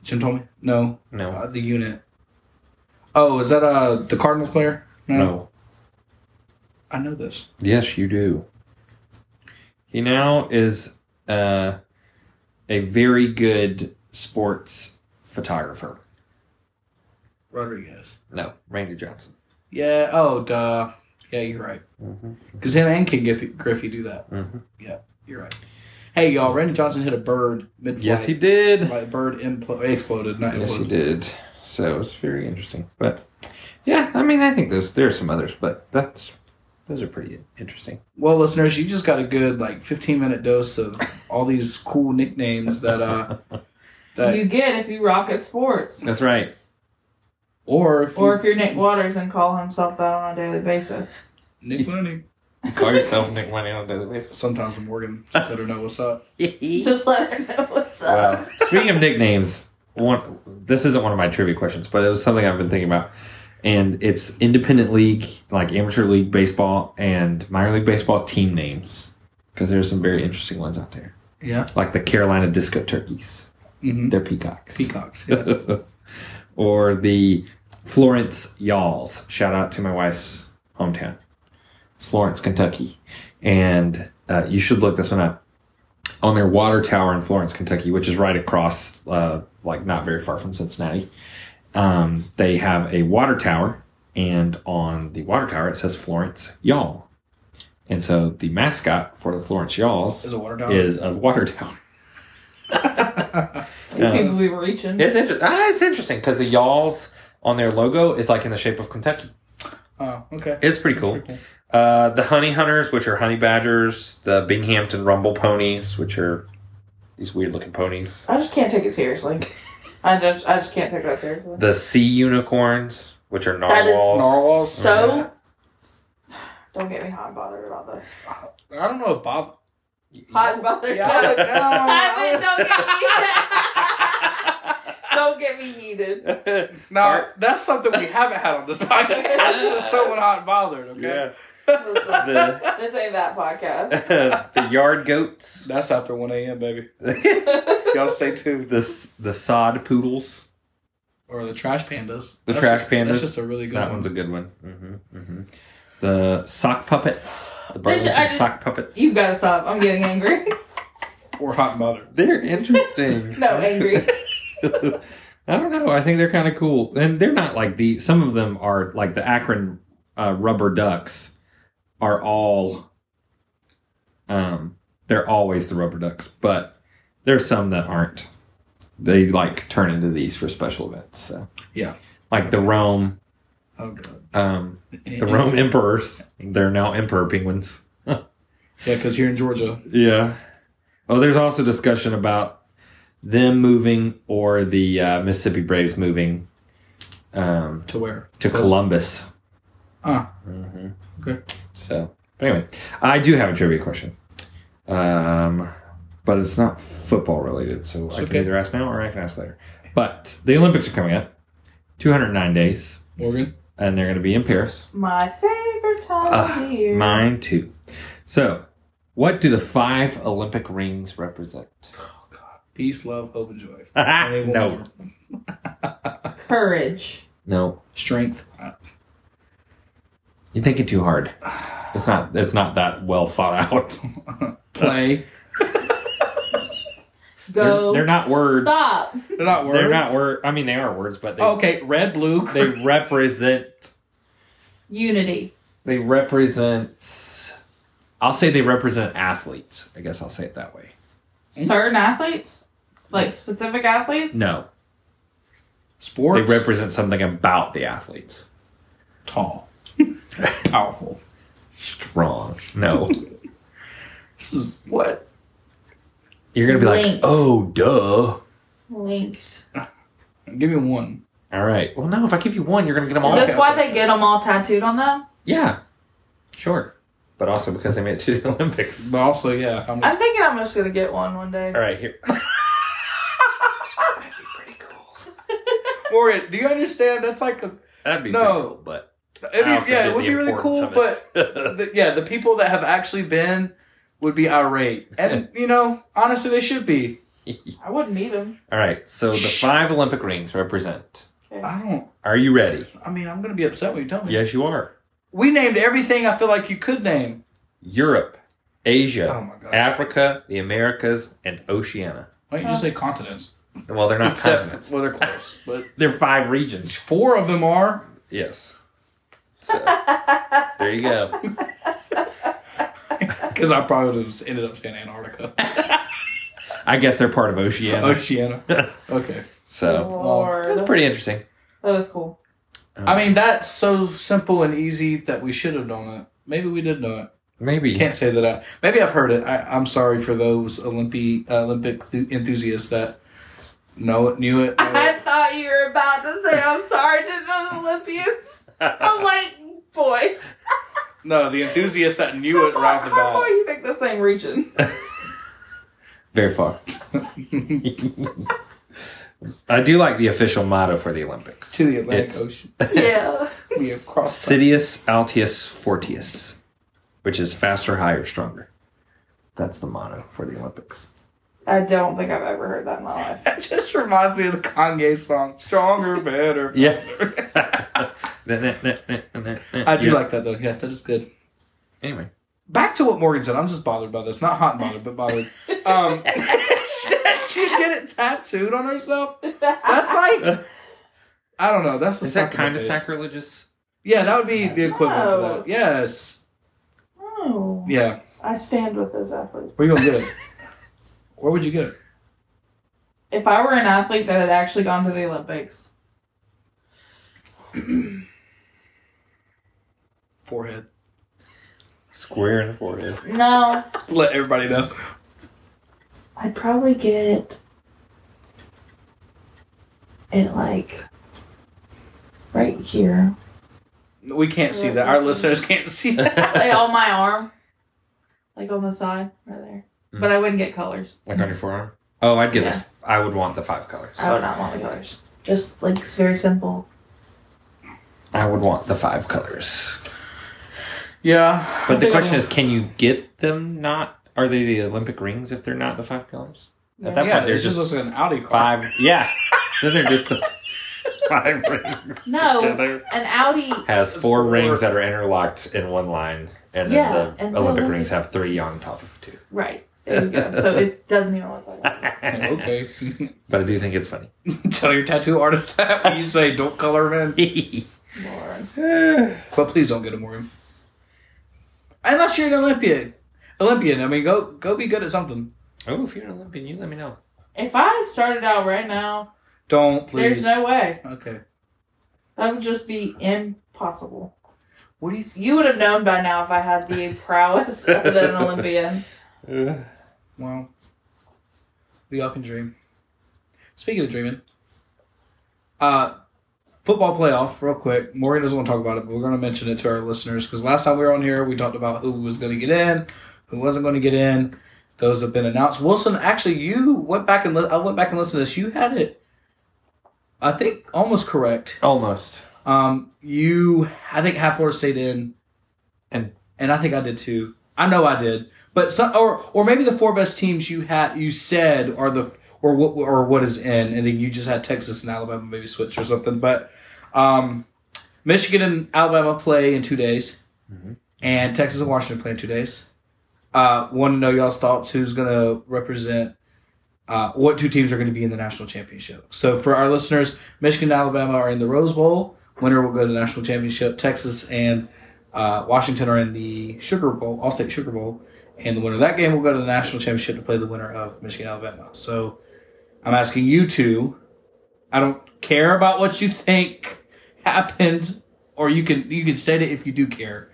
B: Jim told me no.
A: No.
B: Uh, the unit. Oh, is that uh the Cardinals player?
A: no.
B: I know this.
A: Yes, you do. He now is uh, a very good sports photographer.
B: Rodriguez.
A: No, Randy Johnson.
B: Yeah. Oh, duh. Yeah, you're right.
A: Mm-hmm.
B: Because him and King Griffey, Griffey do that. Yeah, you're right. Hey, y'all. Randy Johnson hit a bird mid.
A: Yes, he did.
B: My bird impl- exploded, not
A: Yes, he
B: imploded.
A: did. So it's very interesting. But yeah, I mean, I think there's there are some others, but that's those are pretty interesting.
B: Well, listeners, you just got a good like 15 minute dose of all these cool nicknames that uh that
C: you get if you rock at sports.
A: That's right.
B: or if
C: Or if you're Nick Waters and call himself that on a daily basis.
B: you, Nick Money.
A: Call yourself Nick Money on a daily basis.
B: Sometimes when Morgan just let her know what's up.
C: Just let her know what's up.
A: Wow. Speaking of nicknames, one. This isn't one of my trivia questions, but it was something I've been thinking about, and it's independent league, like amateur league baseball and minor league baseball team names, because there's some very interesting ones out there,
B: Yeah.
A: like the Carolina Disco Turkeys. They're peacocks.
B: Peacocks. Yeah.
A: or the Florence Y'alls. Shout out to my wife's hometown. It's Florence, Kentucky. And uh, you should look this one up. On their water tower in Florence, Kentucky, which is right across, uh, like not very far from Cincinnati, um, they have a water tower. And on the water tower, it says Florence Y'all. And so the mascot for the Florence Y'alls
B: Is a water tower?
A: Is a water tower.
C: People be reaching.
A: It's, inter- ah, it's interesting because the y'alls on their logo is like in the shape of Kentucky.
B: Oh, okay.
A: It's pretty cool.
B: pretty cool.
A: Uh, the honey hunters, which are honey badgers, the Binghamton rumble ponies, which are these weird looking ponies,
C: I just can't take it seriously. I just, I just can't take that seriously.
A: the sea unicorns, which are
C: That is
A: narwhals.
B: Narwhals.
C: so. Don't get me hot and bothered about this.
B: I don't know about.
C: Hot and bothered.
B: Yeah, I don't know.
C: I mean, don't get me. don't get me heated.
B: Now that's something we haven't had on this podcast. this is someone hot and bothered. Okay,
A: yeah.
C: Listen,
A: The,
C: this ain't that podcast.
A: the yard goats,
B: that's after one a.m. baby.
A: the
B: Y'all stay tuned.
A: s- the sod poodles.
B: Or the trash pandas.
A: The
B: That's
A: trash
B: just-
A: pandas.
B: That's just a really good
A: That
B: one.
A: one's a good one. hmm hmm The sock puppets, the Burlington
C: I just-
A: sock puppets.
C: You've got to stop. I'm getting angry.
B: or hot and bothered.
A: They're interesting.
C: No, angry.
A: I don't know. I think they're kind of cool, and they're not like the. Some of them are like the Akron uh, rubber ducks are all. Um, they're always the rubber ducks, but there's some that aren't. They like turn into these for special events. So
B: Yeah.
A: like the Rome,
B: Oh god.
A: um, the Rome emperors. They're now emperor penguins.
B: Yeah, because here in Georgia,
A: Yeah. Oh, there's also discussion about them moving or the uh, Mississippi Braves moving um,
B: to where
A: to Mm-hmm. Columbus.
B: Ah. Okay.
A: So, but anyway, I do have a trivia question, um, but it's not football related, so I can
B: okay.
A: either ask now or I can ask later. But the Olympics are coming up, 209 days,
B: Morgan.
A: and they're going to be in Paris.
C: My favorite time
A: Ah,
C: of the year.
A: Mine too. So, what do the five Olympic rings represent?
B: Peace, love, hope, and joy. Only one
A: no,
B: more.
C: Courage.
A: no,
B: Strength. Uh,
A: You're thinking too hard. It's not. It's not that well thought out.
B: Play.
A: They're,
C: Go.
A: they're not words.
C: Stop.
B: They're not words. Oh,
A: They're not word. I mean, they are words, but they,
B: Okay, red, blue.
A: they
B: green.
A: represent.
C: Unity.
A: They represent. I'll say they represent athletes. I guess I'll say it that way.
C: Certain athletes? Like specific athletes?
A: No,
B: Sports.
A: they represent something about the athletes.
B: tall. Powerful.
A: Strong. No,
B: This is what?
A: you're gonna be like,
C: Linked.
A: oh, duh.
C: Linked.
B: Give me one.
A: All right. Well, no. If I give you one, you're gonna get them
C: Is
A: all.
B: Okay,
C: this why
B: okay.
C: they get them all tattooed on them?
A: Yeah. Sure. But also because they made it to the Olympics.
B: But also, yeah, I'm
C: I'm thinking I'm just gonna get one one day.
A: All right. Here.
C: Pretty cool.
B: Morgan, do you understand? That's like a.
A: That'd be
B: No.
A: pretty cool, but.
B: It'd be,
A: I also
B: yeah,
A: get
B: it would
A: the
B: be really cool,
A: importance
B: but
A: of it.
B: the, yeah, the people that have actually been would be irate, and you know, honestly, they should be.
C: I wouldn't meet him.
A: all right. So the
B: Shh.
A: five Olympic rings represent.
B: I don't.
A: Are you ready?
B: I mean, I'm gonna be upset when you tell me.
A: Yes, you are.
B: We named everything I feel like you could name.
A: Europe, Asia,
B: Oh my gosh.
A: Africa, the Americas, and Oceania.
B: Why don't you just say Uh, continents?
A: Well, they're not
B: Except
A: continents.
B: well, they're close, but
A: They're five regions.
B: four of them are.
A: Yes. So there you go.
B: Because I probably would have ended up saying Antarctica,
A: I guess they're part of Oceania.
B: Oceania. Okay.
A: so
C: Lord.
A: Uh, that's pretty interesting.
C: that was cool.
B: I mean, that's so simple and easy that we should have known it. Maybe we did know it.
A: Maybe.
B: Can't say that I. Maybe I've heard it. I, I'm sorry for those Olympi, uh, Olympic th- enthusiasts that know it, knew it. know
C: I
B: it.
C: thought you were about to say I'm sorry to the Olympians. I'm like, boy.
B: No, the enthusiasts that knew it right off
C: How,
B: the
C: how far
B: bat.
C: you think this thing reaching?
A: Very far. I do like the official motto for the Olympics.
B: to the Atlantic
A: It's-
B: Ocean.
C: Yeah.
B: We have crossed.
A: Sidious Altius Fortius, which is faster, higher, stronger. That's the motto for the Olympics.
C: I don't think I've ever heard that in my life.
B: That just reminds me of the Kanye song "Stronger, Better."
A: Yeah.
B: I do like that though. Yeah, that is good.
A: Anyway,
B: Back to what Morgan said. I'm just bothered by this. Not hot and bothered, but bothered. Um, that she get it tattooed on herself. That's like, I don't know. That's a
A: is
B: slap
A: that
B: in the
A: kind of
B: face.
A: sacrilegious?
B: Yeah, that would be the equivalent to
C: No.
B: that. Yes.
C: Oh.
B: Yeah.
C: I stand with those athletes.
B: Where you gonna get it? Where would you get it?
C: If I were an athlete that had actually gone to the Olympics,
B: Forehead.
A: Square in the forehead.
C: no,
B: Let everybody know.
C: I'd probably get it like right here.
B: We can't see that. Our listeners can't see that.
C: like on my arm, like on the side, right there.
A: Mm.
C: But I wouldn't get colors.
A: Like on your forearm? Oh, I'd get
C: Yeah.
A: the. I would want the five colors.
C: I would not want the colors. Just like it's very simple.
A: I would want the five colors.
B: Yeah.
A: But the
C: Yeah.
A: question is, can you get them? Not are they the Olympic rings if they're not the five colors? At that
B: Yeah,
A: point,
B: there's
A: there's
B: just
A: just
B: like an Audi car.
A: five. Yeah, then they're just the five rings.
C: No,
A: Together.
C: an Audi.
A: Has four
B: Four.
A: rings that are interlocked in one line, and then
C: Yeah,
A: the
C: and the
A: Olympic
C: Olympics-
A: rings have three on top of two.
C: Right there you go. So it doesn't even look like that.
B: Okay.
A: But I do think it's funny.
B: Tell your tattoo artist that when you say don't color him
C: Lord.
A: Oh,
B: in. but please don't get him Morgan. Unless you're an Olympian. Olympian. I mean, go go be good at something.
A: oh, if you're an Olympian, you let me know.
C: If I started out right now,
B: Don't please.
C: there's no way.
B: okay.
C: That would just be impossible.
B: What do you think?
C: You would have known by now if I had the prowess of an Olympian.
B: Well, we all can dream. Speaking of dreaming, uh, football playoff, real quick. Morgan doesn't want to talk about it, but we're going to mention it to our listeners because last time we were on here, we talked about who was going to get in, who wasn't going to get in. Those have been announced. Wilson, actually, you went back and li- I went back and listened to this. You had it, I think, almost correct.
A: Almost.
B: Um, you, I think, half Florida State in,
A: And-
B: and I think I did too. I know I did, but some, or or maybe the four best teams you had you said are the or what or what is in, and then you just had Texas and Alabama maybe switch or something. But um, Michigan and Alabama play in two days, and Texas and Washington play in two days. Uh, want to know y'all's thoughts? Who's gonna represent? Uh, what two teams are going to be in the national championship? So for our listeners, Michigan and Alabama are in the Rose Bowl. Winner will go to the national championship. Texas and uh, Washington are in the Sugar Bowl, All State Sugar Bowl, and the winner of that game will go to the national championship to play the winner of Michigan Alabama. So I'm asking you two. I don't care about what you think happened, or you can you can state it if you do care.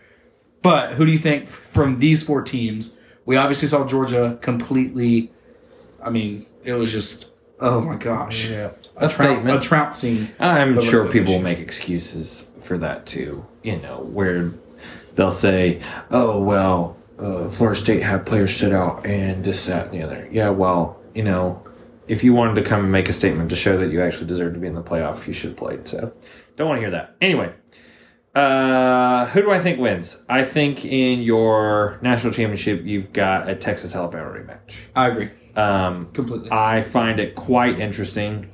B: But who do you think from these four teams? We obviously saw Georgia completely. I mean, it was just oh my gosh, a,
A: That's
B: trout, a
A: statement.
B: trout scene.
A: I'm
B: But
A: sure
B: look,
A: people
B: she-
A: will make excuses for that too. You know, where they'll say, "Oh well, uh, Florida State had players sit out and this, that, and the other." Yeah, well, you know, if you wanted to come and make a statement to show that you actually deserve to be in the playoff, you should have played. So, don't want to hear that. Anyway, uh, who do I think wins? I think in your national championship, you've got a Texas Alabama rematch.
B: I agree
A: Um,
B: completely.
A: I find it quite interesting.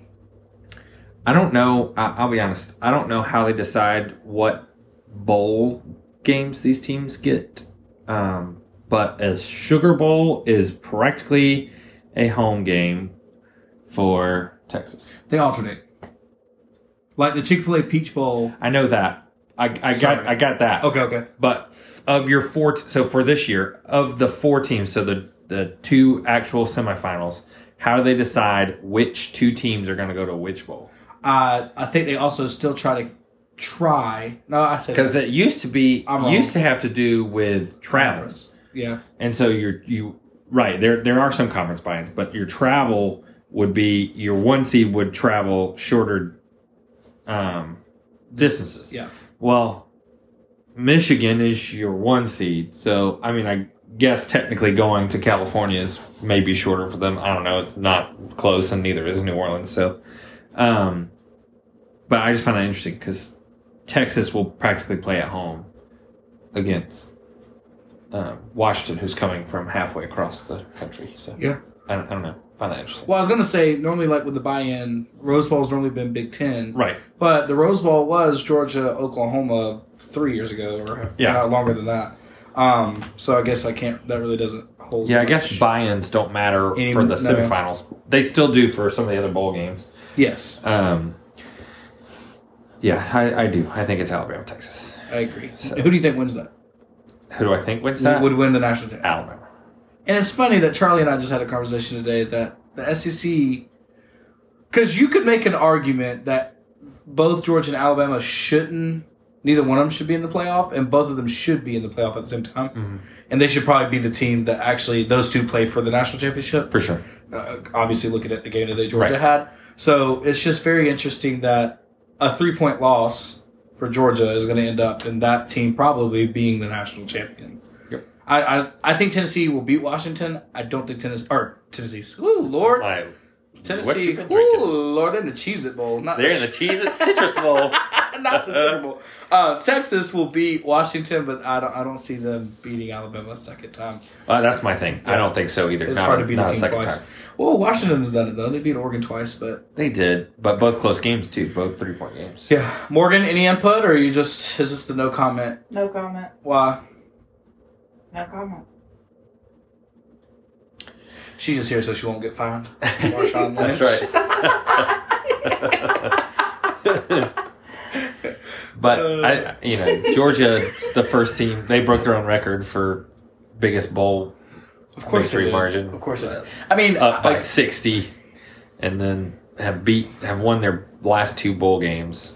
A: I don't know. I, I'll be honest. I don't know how they decide what bowl games these teams get. Um, but as Sugar Bowl is practically a home game for Texas.
B: They alternate. Like the Chick fil A Peach Bowl.
A: I know that. I, I got.
B: Sorry.
A: I got that.
B: Okay, okay.
A: But f- of your four, t- so for this year, of the four teams, so the the two actual semifinals, how do they decide which two teams are going to go to which bowl?
B: Uh, I think they also still try to try. No, I said
A: Because it used to be
B: I'm wrong.
A: used to have to do with travels,
B: conference. Yeah.
A: and so you're you right there. There are some conference buy-ins, but your travel would be your one seed would travel shorter um, distances.
B: Yeah.
A: Well, Michigan is your one seed. So, I mean, I guess technically going to California is maybe shorter for them. I don't know. It's not close, and neither is New Orleans. So, um, but I just find that interesting because Texas will practically play at home against um, Washington, who's coming from halfway across the country. So,
B: Yeah.
A: I don't, I don't know. find that interesting.
B: Well, I was gonna say normally like with the buy-in, Rose Bowl's normally been Big Ten,
A: Right.
B: But the Rose Bowl was Georgia Oklahoma three years ago, or
A: Yeah.
B: yeah, longer than that. Um, so I guess I can't. That really doesn't hold.
A: Yeah, I
B: much.
A: guess buy-ins don't matter
B: Any-
A: for the
B: no.
A: semifinals. They still do for some of the other bowl games.
B: yes,
A: Um, yeah, I, I do. I think it's Alabama, Texas.
B: I agree. Who do you think wins that?
A: Who do I think wins that?
B: Would win the national championship?
A: Alabama.
B: And it's funny that Charlie and I just had a conversation today that the SEC, because you could make an argument that both Georgia and Alabama shouldn't, neither one of them should be in the playoff, and both of them should be in the playoff at the same time. And they should probably be the team that actually those two play for the national championship.
A: For sure.
B: Uh, obviously, looking at the game that Georgia
A: Right.
B: had. So it's just very interesting that a three point loss for Georgia is going to end up in that team probably being the national champion.
A: Yep.
B: I, I I think Tennessee will beat Washington. I don't think Tennessee or Tennessee's. Ooh Lord,
A: My, what you
B: Tennessee.
A: been
B: Ooh
A: drinking?
B: Lord, they're in the Cheez It Bowl. Not
A: They're in the Cheez It Citrus Bowl.
B: not the Super Bowl. Uh, Texas will beat Washington, but I don't I don't see them beating Alabama a second time.
A: Uh, that's my thing. I don't think so either.
B: It's
A: not
B: hard
A: a-
B: to beat
A: not a
B: a team
A: second
B: twice.
A: time.
B: Well, Washington's done it though. They beat Oregon twice, but
A: They did, but both close games too. Both three point games.
B: yeah. Morgan, any input or are you just is this the no comment?
C: No comment.
B: Why?
C: No comment.
B: She's just here so she won't get fined. Marshawn Lynch.
A: That's right. but I, you know, Georgia's the first team. They broke their own record for biggest bowl
B: Of course
A: Victory
B: they did.
A: margin.
B: Of course. It did. I mean,
A: up by
B: like,
A: sixty, and then have beat have won their last two bowl games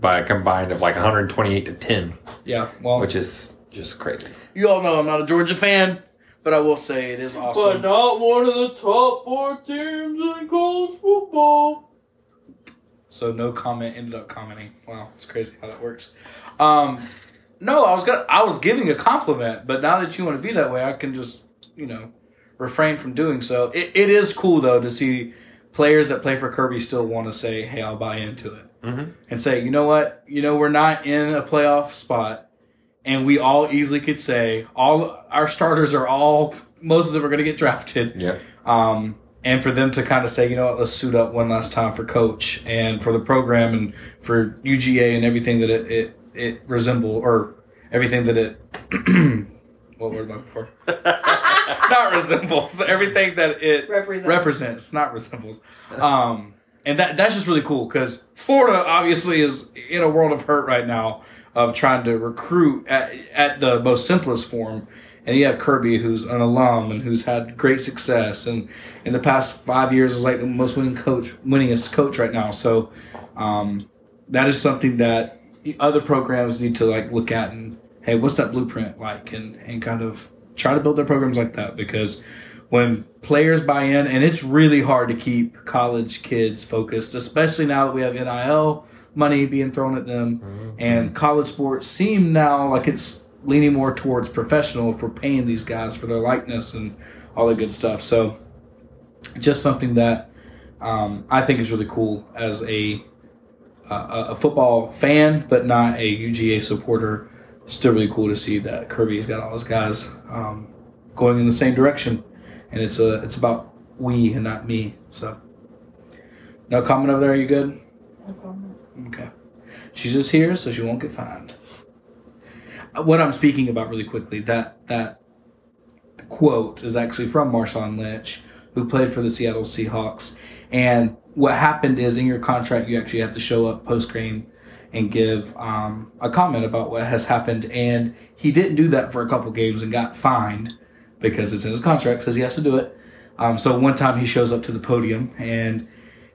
A: by a combined of like 128 to 10,
B: yeah. Well,
A: which is just crazy.
B: You all know I'm not a Georgia fan, but I will say it is awesome.
C: not one of the top four teams in college football.
B: so no comment ended up commenting. Wow, it's crazy how that works. Um, no, I was gonna, I was giving a compliment, but now that you want to be that way, I can just you know refrain from doing so. It, it is cool though to see players that play for Kirby still want to say, "Hey, I'll buy into it," and say, "You know what? You know we're not in a playoff spot." And we all easily could say all our starters are all most of them are going to get drafted.
A: Yeah.
B: Um, and for them to kind of say, you know what, let's suit up one last time for coach and for the program and for UGA and everything that it, it, it resemble or everything that it, what word am I looking for? not resembles, everything that it
C: Represents.
B: represents, not resembles. Um, and that, that's just really cool because Florida obviously is in a world of hurt right now of trying to recruit at, at the most simplest form. And you have Kirby, who's an alum and who's had great success, and in the past five years is like the most winning coach, winningest coach right now. So um, that is something that other programs need to like look at and hey, what's that blueprint like, and and kind of try to build their programs like that because when players buy in, and it's really hard to keep college kids focused, especially now that we have NIL money being thrown at them, and college sports seem now like it's leaning more towards professional for paying these guys for their likeness and all the good stuff. So just something that um, I think is really cool as a uh, a football fan, but not a UGA supporter. Still really cool to see that Kirby's got all his guys um, going in the same direction, and it's a it's about we and not me. So, no comment over there. Are you good?
C: No comment.
B: Okay. She's just here, so she won't get fined. Uh, What I'm speaking about really quickly that that quote is actually from Marshawn Lynch, who played for the Seattle Seahawks. And what happened is in your contract, you actually have to show up post game and give um, a comment about what has happened. And he didn't do that for a couple games and got fined because it's in his contract, says he has to do it. Um, so one time he shows up to the podium and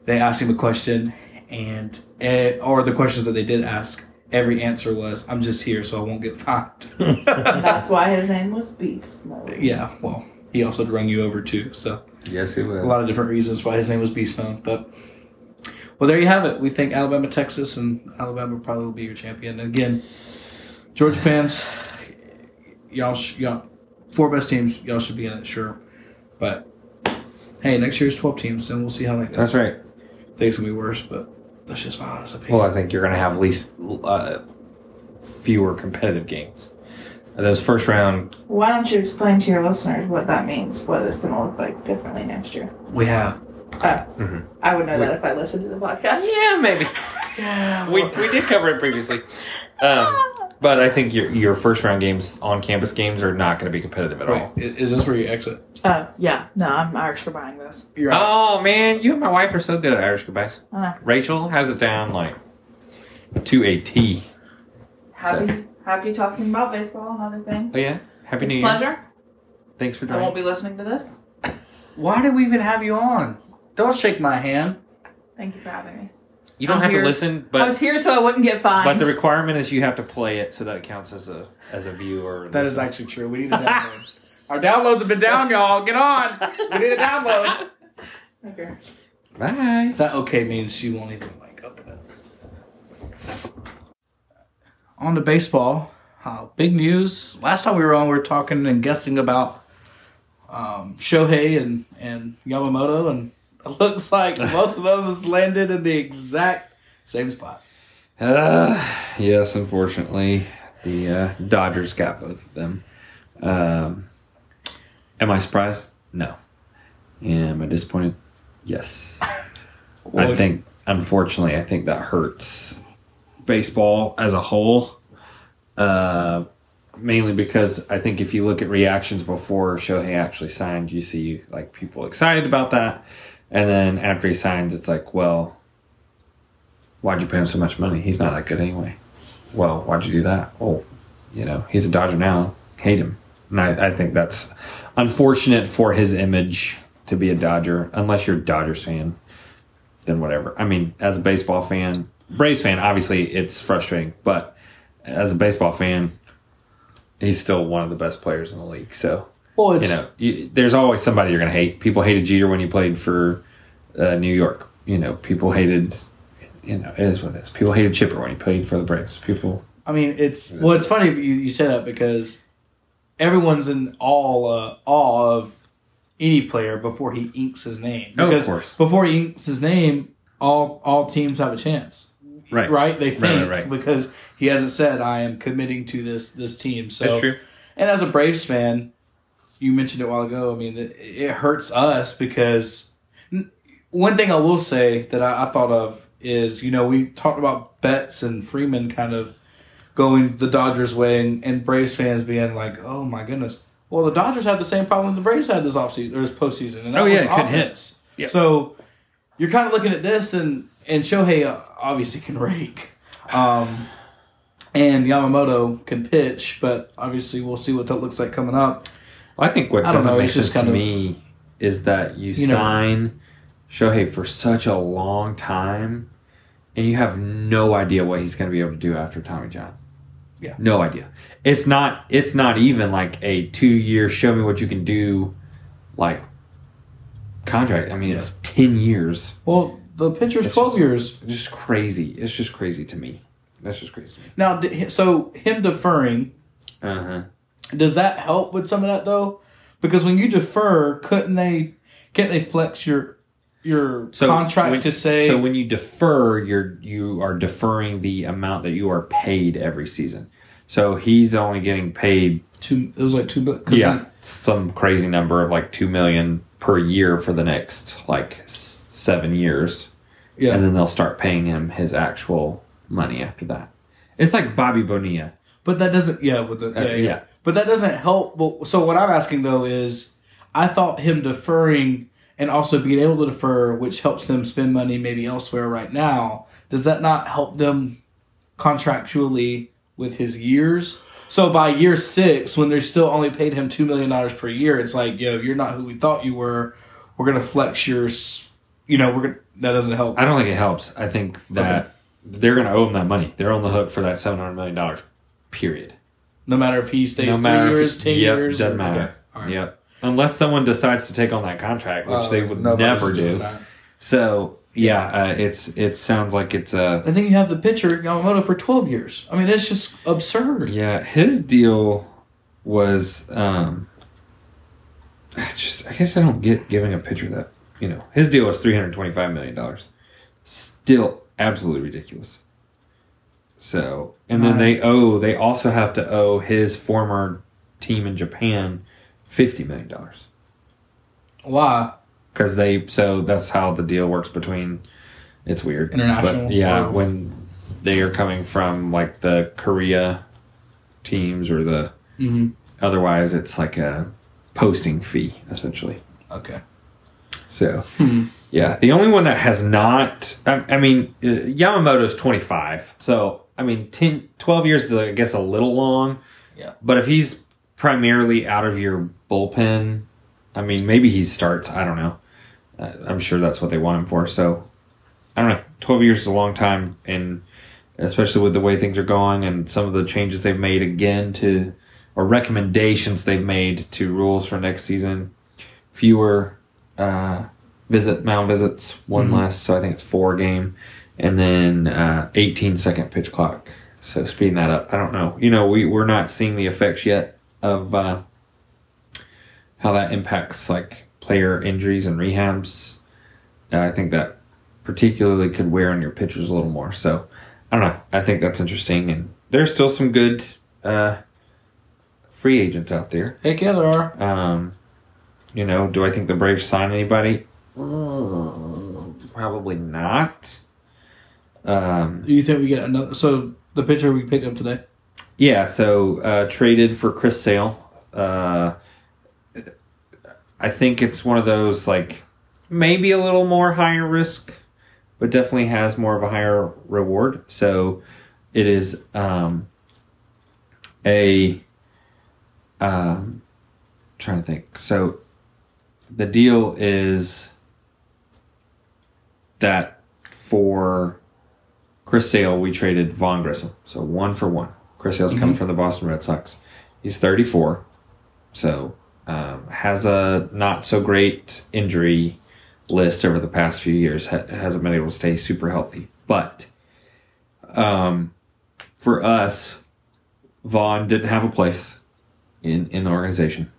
B: they asked him a question and eh, or the questions that they did ask every answer was i'm just here so i won't get fined
C: That's why his name was Beast Mode.
B: yeah well he also rung you over too so
A: Yes, it
B: a lot of different reasons why his name was beast mode but well there you have it we think alabama texas and alabama probably will be your champion again Georgia fans, y'all, sh- y'all, four best teams, y'all should be in it, sure. But hey, next year's twelve teams, and we'll see how that goes.
A: That's right.
B: I think it's gonna be worse, but that's just my honest opinion.
A: Well, I think you're going to have least uh, fewer competitive games. Those first round,
C: Why don't you explain to your listeners what that means? What it's going to look like differently next year?
B: we have.
C: Uh,
A: Mhm.
C: I would know that if I listened to the podcast.
A: yeah, maybe
B: Yeah,
A: we, we did cover it previously, um, but I think your your first round games on campus games are not going to be competitive at
B: Wait,
A: all.
B: i- is this where you exit?
C: Uh, yeah. No, I'm Irish for buying this.
B: You're
D: Uh,
B: out.
A: Oh man, you and my wife are so good at Irish goodbyes.
C: I know.
A: Rachel has it down like to a T.
C: Happy, happy talking about baseball and other things.
A: Oh yeah, happy
C: It's
A: New
C: a
A: Year!
C: pleasure.
A: Thanks for
C: I won't
A: joining.
C: be listening to this.
B: Why did we even have you on? Don't shake my hand.
C: Thank you for having me.
A: you don't
C: I'm
A: have
C: here.
A: to listen,
C: I
A: but
C: was here so I wouldn't get fined.
A: But the requirement is you have to play it so that it counts as a as a viewer.
B: That is actually true. We need to download. Our downloads have been down, y'all. Get on. We need a download.
C: Okay.
A: bye.
B: That okay means she won't even like open it.
D: on to baseball. Uh, big news. Last time we were on, we were talking and guessing about um, Shohei and, and Yamamoto, and it looks like both of those landed in the exact same spot.
A: Uh, yes, unfortunately, the uh, Dodgers got both of them. Um, am I surprised? No. Am I disappointed? Yes. I think, unfortunately, I think that hurts baseball as a whole. Uh, mainly because I think if you look at reactions before Shohei actually signed, you see like people excited about that, and then after he signs, it's like, well, why'd you pay him so much money? He's not that good anyway. Well, why'd you do that? Oh, you know, he's a Dodger now. Hate him. And I, I think that's unfortunate for his image to be a Dodger, unless you're a Dodgers fan, then whatever. I mean, as a baseball fan, Braves fan, obviously it's frustrating, but as a baseball fan, he's still one of the best players in the league. So
B: Well,
A: you
B: it's
A: know, you, there's always somebody you're going to hate. People hated Jeter when he played for uh, New York. You know, people hated, you know, it is what it is. People hated Chipper when he played for the Braves. People,
B: I mean, it's well, it's funny you, you say that because everyone's in all uh, awe of any player before he inks his name.
A: Oh, of
B: Because
A: course.
B: Before he inks his name, all all teams have a chance,
A: right,
B: right? They think
A: right, right.
B: because he hasn't said I am committing to this this team. So
A: That's true.
B: And as a Braves fan, you mentioned it a while ago. I mean, it, it hurts us because one thing I will say that I, I thought of is you know we talked about Betts and Freeman kind of going the Dodgers way and, and Braves fans being like, oh my goodness. Well, the Dodgers had the same problem the Braves had this offseason or this postseason, and that
A: Oh, yeah,
B: was
A: it couldn't hit.
B: offense.
A: Yeah.
B: So you're kind of looking at this, and and Shohei uh, obviously can rake. Um, and Yamamoto can pitch, but obviously we'll see what that looks like coming up.
A: Well, I think what
B: I don't
A: doesn't
B: know,
A: make
B: it's just
A: sense to
B: kind of-
A: me is that you,
B: know.
A: sign Shohei for such a long time, and you have no idea what he's going to be able to do after Tommy John.
B: Yeah.
A: no idea. It's not. It's not even like a two-year show me what you can do, like contract. I mean, it's ten years.
B: Well, the pitcher's
A: It's
B: twelve
A: just-
B: years
A: It's just crazy. It's just crazy to me. That's just crazy.
B: now. di- hi- So him deferring
A: Uh huh.
B: does that help with some of that though? Because when you defer, couldn't they? Can't they flex your your contract
A: when-
B: to say?
A: so when you defer you're you are deferring the amount that you are paid every season so he's only getting paid
B: two, it was like two. bu- 'cause
A: yeah some crazy number of like 2 million per year for the next like s- 7 years
B: he- yeah.
A: and then they'll start paying him his actual money after that it's like Bobby Bonilla
B: But that doesn't. Yeah, with the, yeah, yeah.
A: Uh, yeah.
B: But that doesn't help. But so what I'm asking though is, I thought him deferring and also being able to defer, which helps them spend money maybe elsewhere right now, does that not help them contractually with his years? So by year six, when they're still only paid him two million dollars per year, it's like, yo, you're not who we thought you were. We're gonna flex your, s- you know, we're gonna. That doesn't help.
A: I don't think it helps I think that they're going to owe him that money they're on the hook for that 700 million dollars period
B: No matter if he stays
A: No matter
B: three
A: if
B: years,
A: it-
B: ten
A: yep,
B: years,
A: Doesn't
B: or-
A: matter.
B: Okay. All right.
A: Yep. Unless someone decides to take on that contract, which
B: Uh,
A: they would
B: nobody's
A: never
B: doing
A: do.
B: that.
A: So Yeah, uh, it's it sounds like it's uh
B: And then you have the pitcher Yamamoto for 12 years. I mean, it's just absurd.
A: yeah his deal was um I just I guess I don't get giving a pitcher that you know his deal was three hundred twenty five million dollars still absolutely ridiculous. So and then they owe they also have to owe his former team in Japan fifty million dollars.
B: Why?
A: because they so that's how the deal works between it's weird
B: International
A: But, yeah
B: or-
A: when they are coming from like the korea teams or the
B: Mm-hmm.
A: otherwise it's like a posting fee essentially
B: Okay.
A: so
B: Hmm.
A: yeah the only one that has not i, I mean uh, yamamoto's 25 so i mean 10 12 years is i guess a little long
B: Yeah.
A: but if he's primarily out of your bullpen, I mean, maybe he starts. I don't know. Uh, I'm sure that's what they want him for. So I don't know. Twelve years is a long time, and especially with the way things are going and some of the changes they've made again to or recommendations they've made to rules for next season, fewer uh, visit mound visits, one less. So I think it's four a game, and then uh, 18 second pitch clock. So speeding that up. I don't know. You know, we we're not seeing the effects yet of uh, how that impacts like player injuries and rehabs. Uh, I think that particularly could wear on your pitchers a little more. So I don't know. I think that's interesting, and there's still some good uh, free agents out there.
B: Heck yeah, there are.
A: Um, you know, do I think the Braves sign anybody? Probably not. Um,
B: Do you think we get another? So the pitcher we picked up today.
A: yeah, so uh, traded for Chris Sale. Uh, I think it's one of those like maybe a little more higher risk, but definitely has more of a higher reward. So it is um, a um, trying to think. So the deal is that for Chris Sale, we traded Vaughn Grissom. So one for one. Chris Sale's coming from the Boston Red Sox. He's 34, so um, has a not so great injury list over the past few years. Ha- hasn't been able to stay super healthy. But um, for us, Vaughn didn't have a place in, in the organization.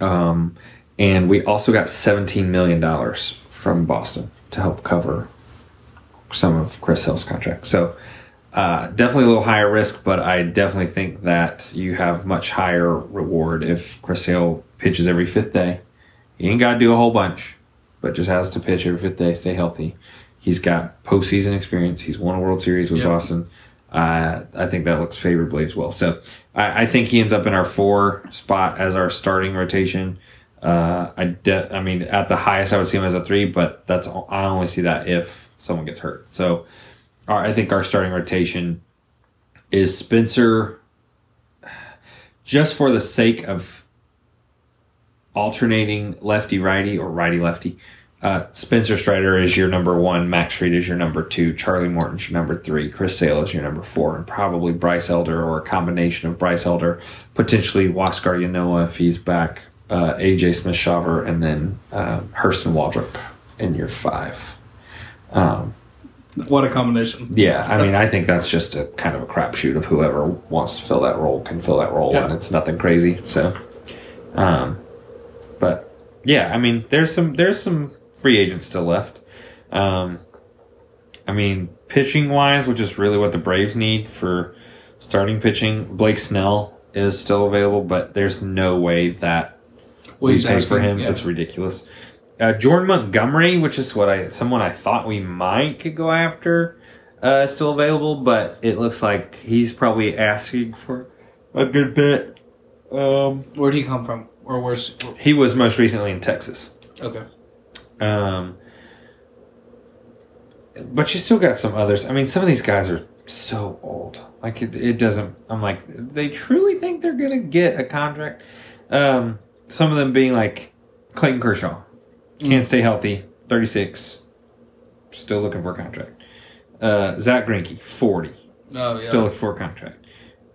A: Um, and we also got $17 million from Boston to help cover some of Chris Hill's contract. So uh, definitely a little higher risk, but I definitely think that you have much higher reward if Chris Hill pitches every fifth day. He ain't got to do a whole bunch, but just has to pitch every fifth day, stay healthy. He's got postseason experience. He's won a World Series with
B: Yep.
A: Boston. Uh, I think that looks favorably as well. So I, I think he ends up in our four spot as our starting rotation. Uh, I de- I mean, at the highest, I would see him as a three, but that's I only see that if someone gets hurt. So our, I think our starting rotation is Spencer just for the sake of alternating lefty righty or righty lefty. Uh, Spencer Strider is your number one. Max Fried is your number two. Charlie Morton's your number three. Chris Sale is your number four, and probably Bryce Elder or a combination of Bryce Elder, potentially Waskar Yanoa if he's back, uh, AJ Smith Shaver, and then uh, Hurston Waldrop in your five.
B: What a combination.
A: Yeah, I mean, I think that's just a kind of a crapshoot of whoever wants to fill that role can fill that role, and
B: Yeah.
A: it's nothing crazy. So, um, but yeah, I mean, there's some there's some free agents still left. Um, I mean, pitching wise, which is really what the Braves need for starting pitching. Blake Snell is still available, but there's no way that
B: Well,
A: we pay for him.
B: yeah.
A: It's ridiculous. Uh, Jordan Montgomery, which is what I someone I thought we might could go after, uh, is still available, but it looks like he's probably asking for a good bit. Um,
B: Where'd he come from? Or where's?
A: he was most recently in Texas.
B: Okay.
A: Um, but you still got some others. I mean, some of these guys are so old. Like it, it doesn't. I'm like, they truly think they're gonna get a contract. Um, some of them being like Clayton Kershaw can't stay healthy. 36, still looking for a contract. Uh, Zach Greinke, 40,
B: Oh yeah.
A: still looking for a contract.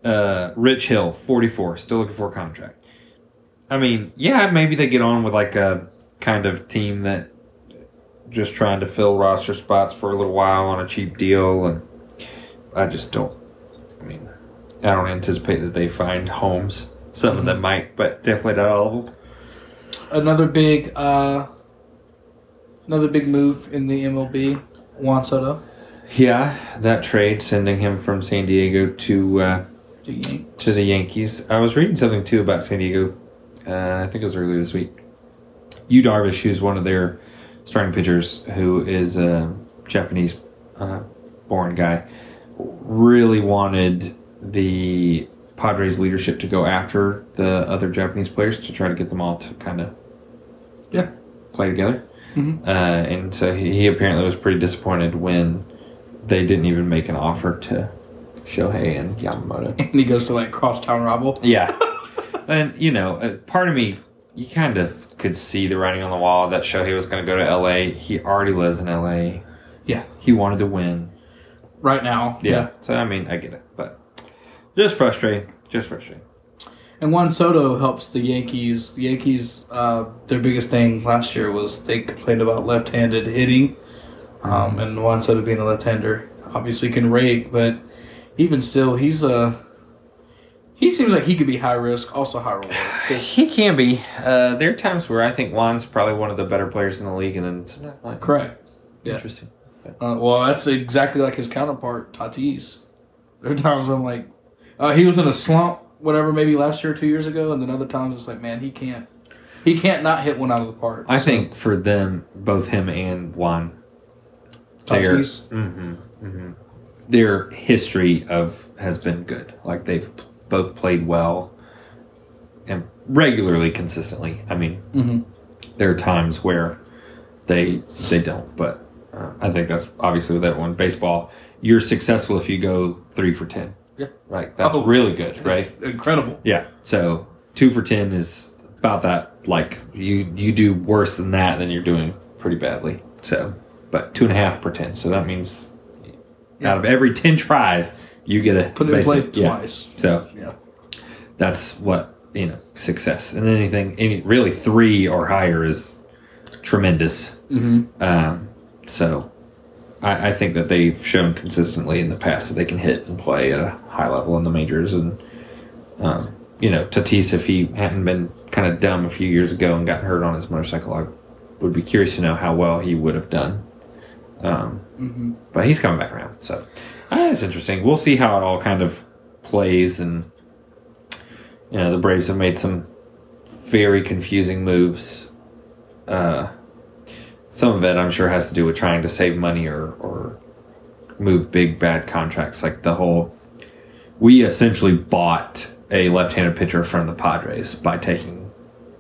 A: Uh, Rich Hill, 44, still looking for a contract. I mean, yeah, maybe they get on with like a kind of team that just trying to fill roster spots for a little while on a cheap deal, and I just don't. I mean, I don't anticipate that they find homes. Some of them might, but definitely not all of them.
B: Another big, uh, another big move in the MLB. Juan Soto.
A: Yeah, that trade sending him from San Diego to uh,
B: The Yanks.
A: to the Yankees. I was reading something too about San Diego. Uh, I think it was earlier this week. Yu Darvish, who's one of their starting pitchers, who is a Japanese uh, born guy, really wanted the Padres leadership to go after the other Japanese players to try to get them all to kind of
B: Yeah.
A: play together. Uh, and so he, he apparently was pretty disappointed when they didn't even make an offer to Shohei and Yamamoto.
B: And he goes to like crosstown rival.
A: Yeah. and, you know, uh, part of me, you kind of could see the writing on the wall that Shohei was going to go to LA. He already lives in LA.
B: Yeah.
A: He wanted to win.
B: Right now.
A: So, I mean, I get it. But just frustrating. Just frustrating.
B: And Juan Soto helps the Yankees. The Yankees, uh, their biggest thing last year was they complained about left-handed hitting, um, and Juan Soto being a left-hander obviously can rake, but even still, he's Uh, he seems like he could be high risk, also high reward. 'cause-
A: He can be. Uh, there are times where I think Juan's probably one of the better players in the league, and then it's not like
B: correct. Yeah.
A: interesting.
B: Uh, well, that's exactly like his counterpart, Tatis. There are times when I'm like, uh, he was in a slump, whatever, maybe last year, or two years ago, and then other times it's like, man, he can't, he can't not hit one out of the park.
A: I
B: So,
A: think for them, both him and Juan, they're-
B: Tatis.
A: their history of has been good. Like they've both played well and regularly, consistently. I mean,
B: Mm-hmm.
A: there are times where they they don't, but uh, I think that's obviously with everyone. Baseball, you're successful if you go three for ten.
B: Yeah.
A: Right, that's
B: Oh,
A: really good, right?
B: It's incredible.
A: Yeah. So two for ten is about that. Like you you do worse than that, then you're doing pretty badly. So, but two and a half per ten. So that means out of every ten tries, you get a
B: Put it in play
A: basic- yeah.
B: twice.
A: So
B: Yeah.
A: that's what you know success, and anything any really three or higher is tremendous. Um, so. I, I think that they've shown consistently in the past that they can hit and play at a high level in the majors, and um, you know, Tatis, if he hadn't been kind of dumb a few years ago and got hurt on his motorcycle, I would be curious to know how well he would have done. Um, But he's coming back around, so uh, it's interesting. We'll see how it all kind of plays, and you know, the Braves have made some very confusing moves. Uh, some of it, I'm sure, has to do with trying to save money or or move big bad contracts, like the whole we essentially bought a left-handed pitcher from the Padres by taking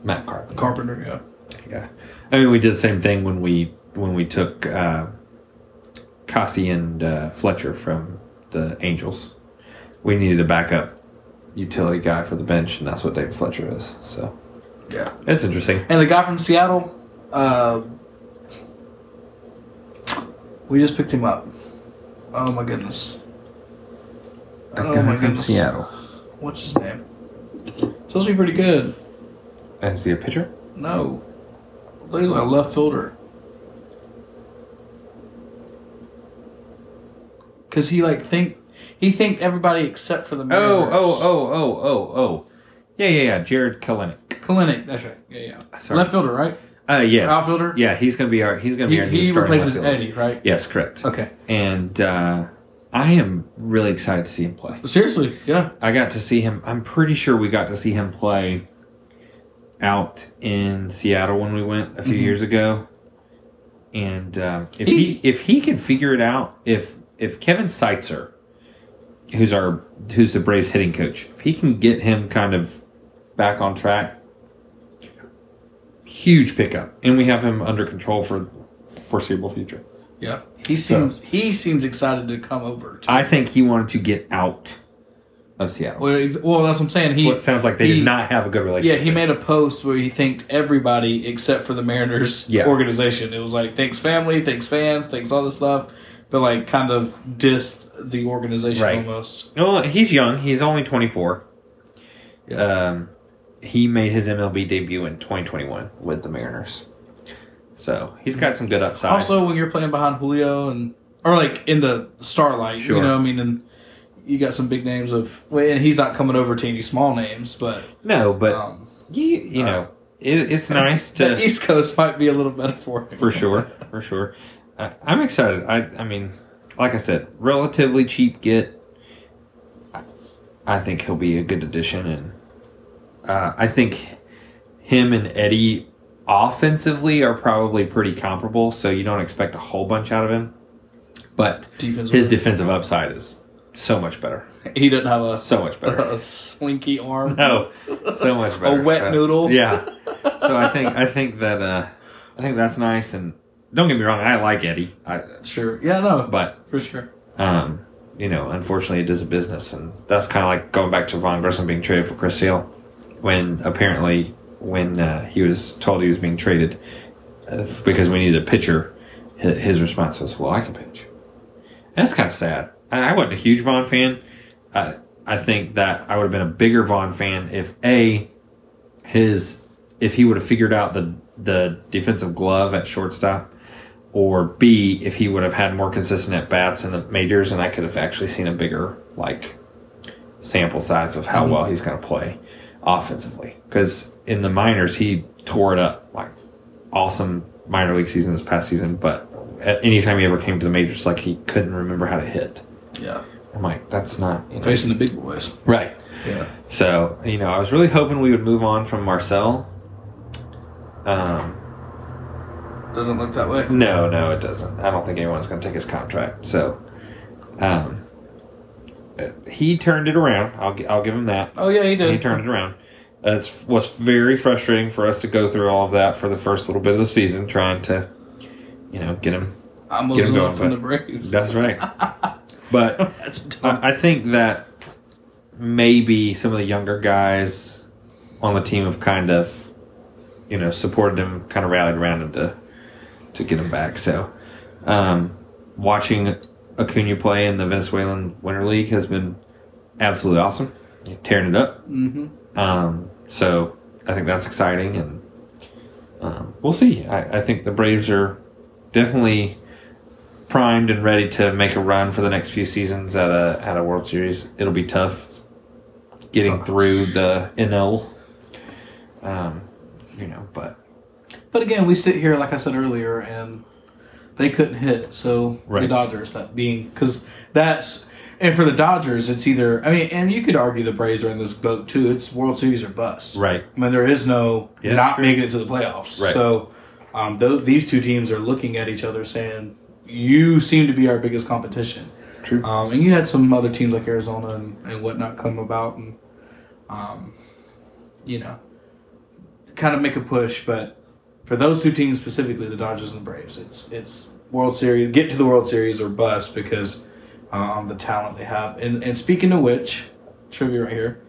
A: Matt Carpenter.
B: Carpenter, yeah.
A: Yeah, I mean we did the same thing when we when we took uh, Cassie and uh, Fletcher from the Angels. We needed a backup utility guy for the bench, and that's what David Fletcher is. So
B: Yeah.
A: it's interesting.
B: And the guy from Seattle, uh, we just picked him up. Oh my goodness. Oh my goodness. What's his name? Supposed to be pretty good.
A: Is he a pitcher?
B: No. There's like a left fielder. Cause he like think he think everybody except for the
A: Oh, oh, oh, oh, oh, oh. Yeah, yeah, yeah. Jared Kalenic.
B: Clinic, that's right. Yeah, yeah.
A: Sorry.
B: Left fielder, right?
A: Uh, yeah.
B: Outfielder?
A: Yeah, he's gonna be our. He's gonna be
B: He,
A: our. new
B: he
A: starting
B: replaces
A: left fielder.
B: Eddie, right?
A: Yes, correct.
B: Okay.
A: And uh, I am really excited to see him play.
B: Seriously, yeah.
A: I got to see him. I'm pretty sure we got to see him play out in Seattle when we went a few
B: Mm-hmm.
A: years ago. And um, if he, if he can figure it out, if if Kevin Seitzer, who's our who's the Braves hitting coach, if he can get him kind of back on track, huge pickup, and we have him under control for foreseeable future.
B: Yeah. He seems he seems excited to come over. To,
A: I think he wanted to get out of Seattle.
B: well, ex- well, that's what I'm saying. He
A: what sounds like they
B: he-
A: did not have a good
B: Yeah,
A: relationship.
B: he made a post where he thanked everybody except for the Mariners
A: Yeah.
B: organization. It was like thanks family, thanks fans, thanks all this stuff, but like kind of dissed the organization
A: Right.
B: almost.
A: No, he's young. He's only 24.
B: Yeah.
A: Um, he made his MLB debut in 2021 with the Mariners. So he's got some good upside.
B: Also, when you're playing behind Julio and or like in the starlight,
A: Sure.
B: you know, what I mean, and you got some big names of, well, and he's not coming over to any small names, but
A: no, but
B: um,
A: you, you know, it, it's nice to
B: the East Coast might be a little better for him.
A: for sure, for sure. I, I'm excited. I, I mean, like I said, relatively cheap get. I, I think he'll be a good addition, and uh, I think him and Eddie offensively are probably pretty comparable. So you don't expect a whole bunch out of him, but
B: Defensive-
A: his defensive upside is so much better,
B: He doesn't have a,
A: so much better.
B: a slinky arm.
A: No, Oh, so much better.
B: wet
A: So-
B: noodle.
A: Yeah. So I think I think that uh, I think that's nice. And don't get me wrong, I like Eddie, I,
B: Sure. Yeah. No.
A: but
B: for sure.
A: um, you know, unfortunately, it is a business, and that's kind of like going back to Von Grissom being traded for Chris Hill, when apparently when uh, he was told he was being traded uh, because we needed a pitcher, hi- his response was, "Well, I can pitch." That's kind of sad. I, I wasn't a huge Vaughn fan. I I think that I would have been a bigger Vaughn fan if a his if he would have figured out the the defensive glove at shortstop, or b if he would have had more consistent at bats in the majors, and I could have actually seen a bigger like sample size of how well he's going to play offensively. Because in the minors, he tore it up like awesome minor league season this past season, but at any time he ever came to the majors, like he couldn't remember how to hit.
B: Yeah.
A: I'm like, that's not you know.
B: Facing the big boys.
A: right.
B: Yeah.
A: So you know, I was really hoping we would move on from Marcel. Um,
B: Doesn't look that way.
A: no, no, it doesn't. I don't think anyone's going to take his contract. So, um, uh, he turned it around. I'll gi- I'll give him that.
B: Oh yeah, he did.
A: He turned it around. That's what's very frustrating for us to go through all of that for the first little bit of the season, trying to, you know, get him.
B: I'm
A: Get him going,
B: losing from the
A: but-
B: Braves.
A: That's right. But
B: That's dumb.
A: I I think that maybe some of the younger guys on the team have kind of, you know, supported him, kind of rallied around him to, to get him back. So, um, watching Acuna play in the Venezuelan Winter League has been absolutely awesome. He's tearing it up. Mm-hmm. Um, so I think that's exciting, and um, we'll see. I, I think the Braves are definitely primed and ready to make a run for the next few seasons at a at a World Series. It'll be tough getting through the NL. Um, you know, but
B: But again, we sit here, like I said earlier, and they couldn't hit. So
A: Right.
B: the Dodgers, that being because that's and for the Dodgers, it's either I mean, and you could argue the Braves are in this boat too. It's World Series or bust.
A: right,
B: I mean, there is no
A: Yeah,
B: not
A: true.
B: making it to the playoffs.
A: Right.
B: So um, th- these two teams are looking at each other, saying, "You seem to be our biggest competition."
A: True.
B: Um, and you had some other teams like Arizona and, and whatnot come about, and um, you know, kind of make a push. But for those two teams specifically, the Dodgers and the Braves, it's it's World Series, get to the World Series or bust because um, the talent they have. And, and speaking of which, trivia right here,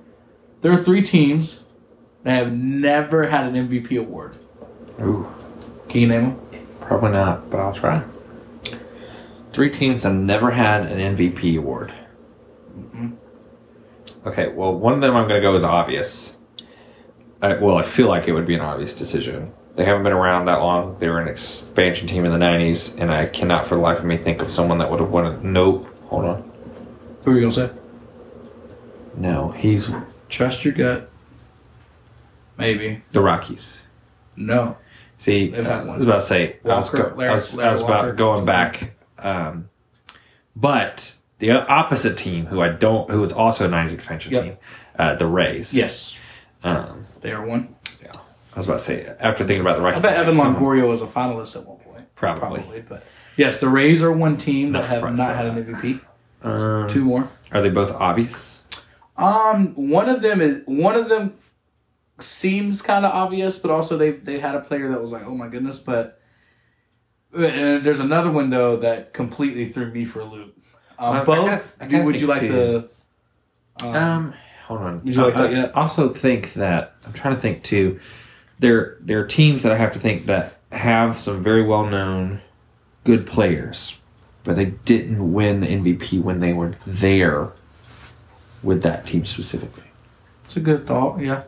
B: there are three teams that have never had an MVP award.
A: ooh,
B: Can you name them?
A: probably not, but I'll try. Three teams that never had an MVP award. Okay, well, one of them I'm going to go is obvious. I, well, I feel like it would be an obvious decision. They haven't been around that long. They were an expansion team in the '90s, and I cannot for the life of me think of someone that would have won it. Nope. Hold on.
B: Who are you gonna say?
A: No, he's
B: Trust your gut. Maybe
A: the Rockies.
B: no.
A: See,
B: They've had
A: I
B: one.
A: was about to say I was,
B: Walker,
A: go-
B: Larry-
A: I was, I
B: Larry
A: was
B: Walker.
A: about going back, um, but the opposite team, who I don't, who was also a '90s expansion
B: Yep.
A: team, uh, the Rays.
B: Yes,
A: Um,
B: they are one.
A: yeah. I was about to say after thinking about the Rockies.
B: I bet Evan
A: someone-
B: Longoria was a finalist at one point.
A: Probably.
B: but yes, the Rays are one team
A: Not
B: that have
A: surprised
B: not
A: by
B: had an
A: that.
B: MVP.
A: Um,
B: Two more.
A: Are they both obvious?
B: Um, one of them is one of them seems kind of obvious, but also they they had a player that was like, oh my goodness. But and there's another one though that completely threw me for a loop. Um,
A: I- I
B: both.
A: gotta- I gotta
B: would you
A: think,
B: like
A: too.
B: the? Um,
A: Um, hold on.
B: Would you like
A: I,
B: that yet?
A: I also think that I'm trying to think too. There, there are teams that I have to think that have some very well known, good players, but they didn't win the MVP when they were there with that team specifically.
B: it's a good thought. Yeah.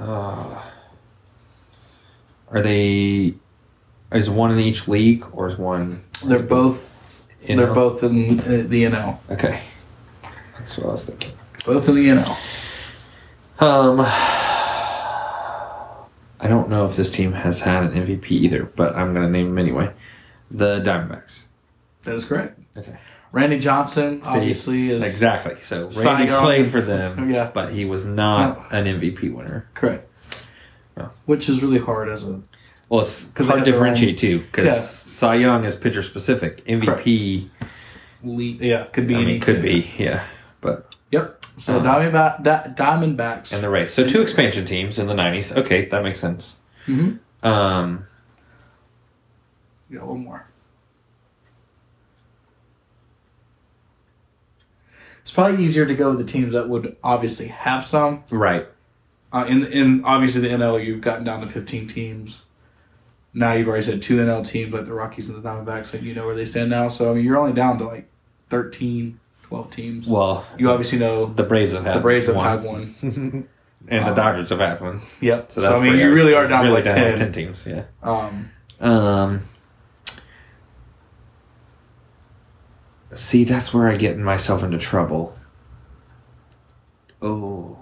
A: Are they? Is one in each league, or is one?
B: They're both.
A: NL?
B: They're both in uh, the NL.
A: Okay, that's what I was thinking.
B: Both in the NL.
A: Um, I don't know if this team has had an MVP either, but I'm gonna name them anyway. The Diamondbacks.
B: That is correct.
A: Okay.
B: Randy Johnson
A: So you-
B: obviously is
A: exactly. So
B: Cy
A: Randy
B: Young.
A: played for them,
B: Yeah. Oh.
A: but he was not an MVP winner.
B: correct.
A: Yeah.
B: Which is really hard as a
A: Well, it's
B: 'Cause
A: hard
B: they
A: to
B: have their own-
A: differentiate too, because
B: Yeah.
A: Cy Young is pitcher specific. MVP,
B: lead. Yeah, could be.
A: I
B: any-
A: mean, could be, Uh-huh. yeah. But
B: Yep. So Diamondback, da- Diamondbacks.
A: in the race, so two expansion teams in the '90s. Okay, that makes sense.
B: Mhm.
A: Um,
B: Yeah, one more. It's probably easier to go with the teams that would obviously have some.
A: right.
B: Uh, in in obviously the NL, you've gotten down to fifteen teams. Now you've already said two NL teams like the Rockies and the Diamondbacks, and you know where they stand now. So I mean, you're only down to like 13, 12 teams.
A: Well,
B: you obviously know
A: the Braves have had
B: the Braves have
A: one,
B: had one.
A: and the Dodgers have had one.
B: Yep. So,
A: So, that's
B: I mean,
A: pretty
B: you really
A: nice.
B: are down
A: Really
B: to like ten.
A: to 10 teams. Yeah.
B: Um,
A: Um, see, that's where I get myself into trouble. Oh,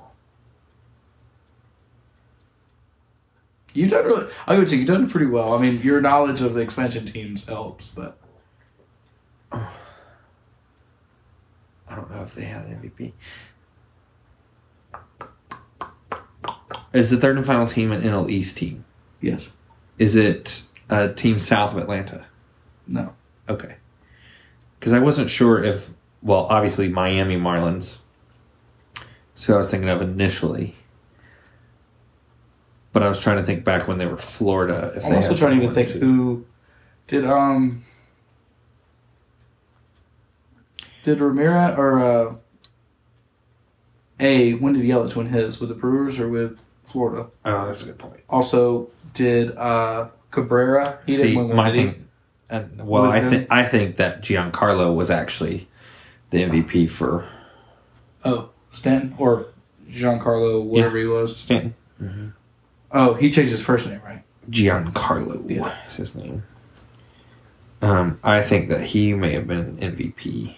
B: you've done really. I would say you've done pretty well. I mean, your knowledge of the expansion teams helps, but
A: I don't know if they had an MVP. Is the third and final team an NL East team?
B: yes,
A: Is it a team south of Atlanta?
B: no.
A: Okay. Because I wasn't sure if, well, obviously Miami Marlins. So I was thinking of initially. But I was trying to think back when they were Florida. If
B: I'm
A: they
B: also
A: had
B: trying to even
A: someone
B: think who did um did Ramirez or uh A when did Yelich win his with the Brewers or with Florida?
A: Oh, that's a good point.
B: Also did uh Cabrera he
A: See,
B: didn't win
A: my
B: one, did he?
A: thing, and, well,
B: With
A: I
B: him?
A: think I think that Giancarlo was actually the MVP for
B: Oh, Stanton or Giancarlo, whatever he was.
A: Stanton.
B: Oh, he changed his first name, right?
A: Giancarlo
B: Yeah.
A: is his name. Um, I think that he may have been MVP.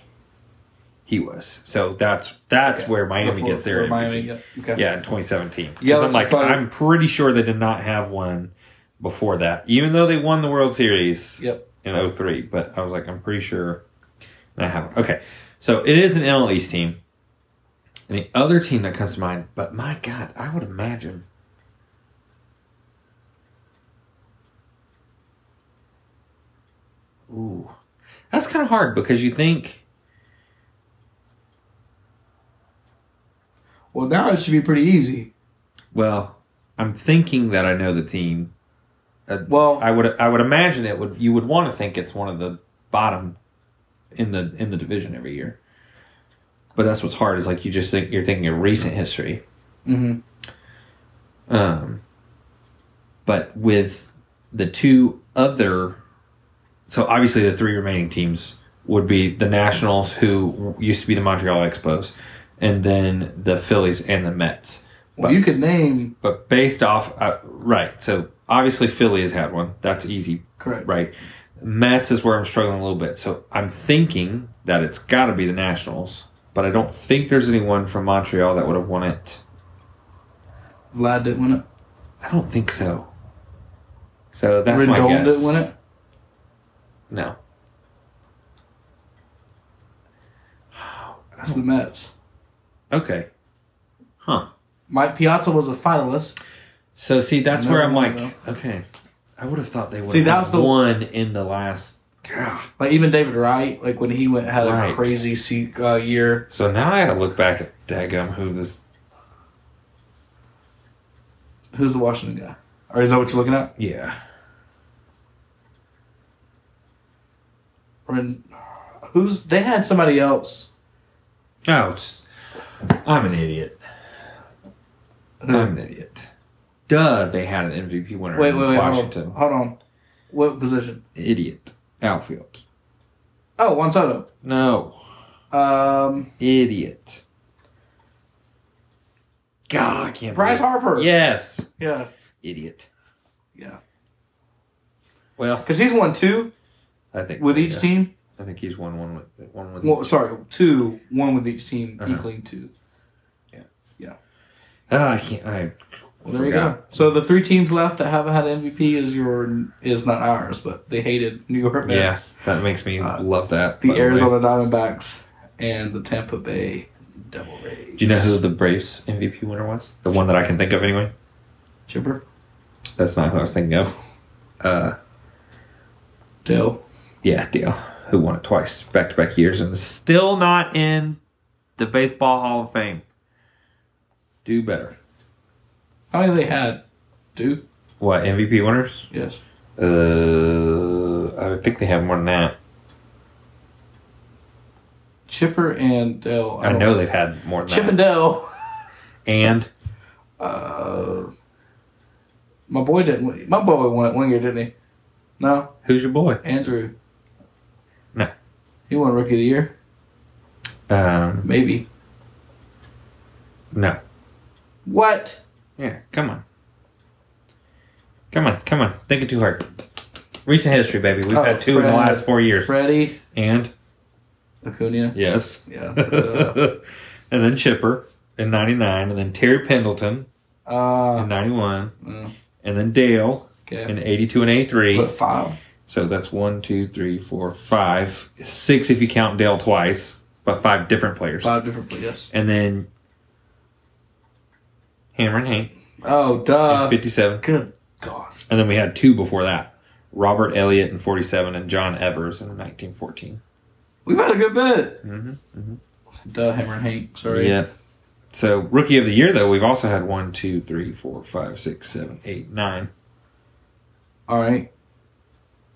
A: He was. So that's that's where Miami
B: Before-
A: gets their
B: or
A: MVP.
B: Miami, yeah. Okay.
A: Yeah, in 2017. Yeah,
B: Yeah,
A: I'm
B: which is
A: like
B: probably-
A: I'm pretty sure they did not have one before that, even though they won the World Series
B: Yep.
A: in 03. But I was like, I'm pretty sure I have. One. Okay, so it is an NL East team. And the other team that comes to mind, but my God, I would imagine. Ooh, that's kind of hard because you think
B: Well, now it should be pretty easy.
A: Well, I'm thinking that I know the team. Uh,
B: Well-
A: I would I would imagine it would you would want to think it's one of the bottom in the in the division every year. But that's what's hard is like you just think you're thinking of recent history.
B: Mhm.
A: Um, but with the two other, so obviously the three remaining teams would be the Nationals, who used to be the Montreal Expos, and then the Phillies and the Mets
B: Well, you could name
A: but based off uh, right so obviously philly has had one that's easy
B: correct.
A: right mets is where i'm struggling a little bit so i'm thinking that it's got to be the nationals but i don't think there's anyone from montreal that would have won it
B: Vlad didn't win it.
A: i don't think so so that's my
B: Rendon
A: guess
B: didn't win it.
A: no
B: It's the Mets.
A: okay huh
B: Mike Piazza was a finalist.
A: so see that's
B: Another
A: where i'm
B: one,
A: like okay i would have thought they would
B: See,
A: have
B: that was the-
A: one in the last God.
B: Like even David Wright, like when he went had a
A: Right.
B: crazy se- uh, year.
A: so now i gotta look back at daggum who this
B: Who's the Washington guy? Or is that what you're looking at?
A: yeah
B: Or in, who's they had somebody else?
A: Oh, it's, I'm an idiot. I'm an idiot. Duh, they had an MVP winner
B: Wait, wait, wait.
A: in Washington.
B: Washington. Hold on. Hold on. What position?
A: Idiot. Outfield.
B: Oh, Juan Soto.
A: No.
B: Um,
A: Idiot. God, I can't
B: Bryce
A: believe-
B: Harper.
A: Yes.
B: Yeah.
A: Idiot.
B: Yeah.
A: Well,
B: Because he's won two
A: I think
B: with
A: so,
B: each
A: yeah.
B: team.
A: I think he's won one with one with.
B: Well, sorry, two, one with each team,
A: Uh-huh.
B: equaling two.
A: Ah, I can't. I
B: There you go. So the three teams left that haven't had MVP is your is not ours, but they hated New York
A: Yeah,
B: Mets,
A: that makes me
B: Uh,
A: love that. by
B: the
A: way.
B: Arizona Diamondbacks, and the Tampa Bay Devil Rays.
A: Do you know who the Braves MVP winner was? The one that I can think of, anyway.
B: Chipper
A: That's not who I was thinking of. Uh,
B: Dale.
A: yeah, Dale, who won it twice, back to back years, and is still not in the Baseball Hall of Fame. Do better.
B: How many Oh, they had? Two.
A: What MVP winners?
B: Yes.
A: Uh, I would think they have more than that.
B: Chipper and Dale.
A: I
B: don't-
A: know they've had more than
B: Chip
A: that.
B: and Dale.
A: and
B: Uh, My boy didn't. win- My boy won it one year, didn't he? No,
A: who's your boy?
B: Andrew.
A: No.
B: He won Rookie of the Year.
A: Um,
B: Maybe.
A: no.
B: What?
A: Yeah, come on. Come on, come on. Thinking too hard. Recent history, baby. We've
B: Oh,
A: had two in
B: Fred-
A: the last four years.
B: Freddie
A: And
B: Acuna.
A: yes.
B: Yeah. Uh,
A: and then Chipper in '99, and then Terry Pendleton
B: uh,
A: in '91,
B: Mm.
A: and then Dale
B: okay.
A: in '82 and
B: Was it
A: '83.
B: five?
A: So that's one, two, three, four, five, six if you count Dale twice, but five different players.
B: Five different players.
A: And then Hammer and Hank,
B: Oh, duh.
A: '57,
B: Good gosh.
A: and then we had two before that: Robert Elliott in '47 and John Evers in 1914.
B: We've had a good bit. Mm-hmm, Duh, Hammer and Hank. Sorry.
A: mm-hmm. Yeah. So rookie of the year though, we've also had one, two, three, four, five, six, seven, eight, nine.
B: All right.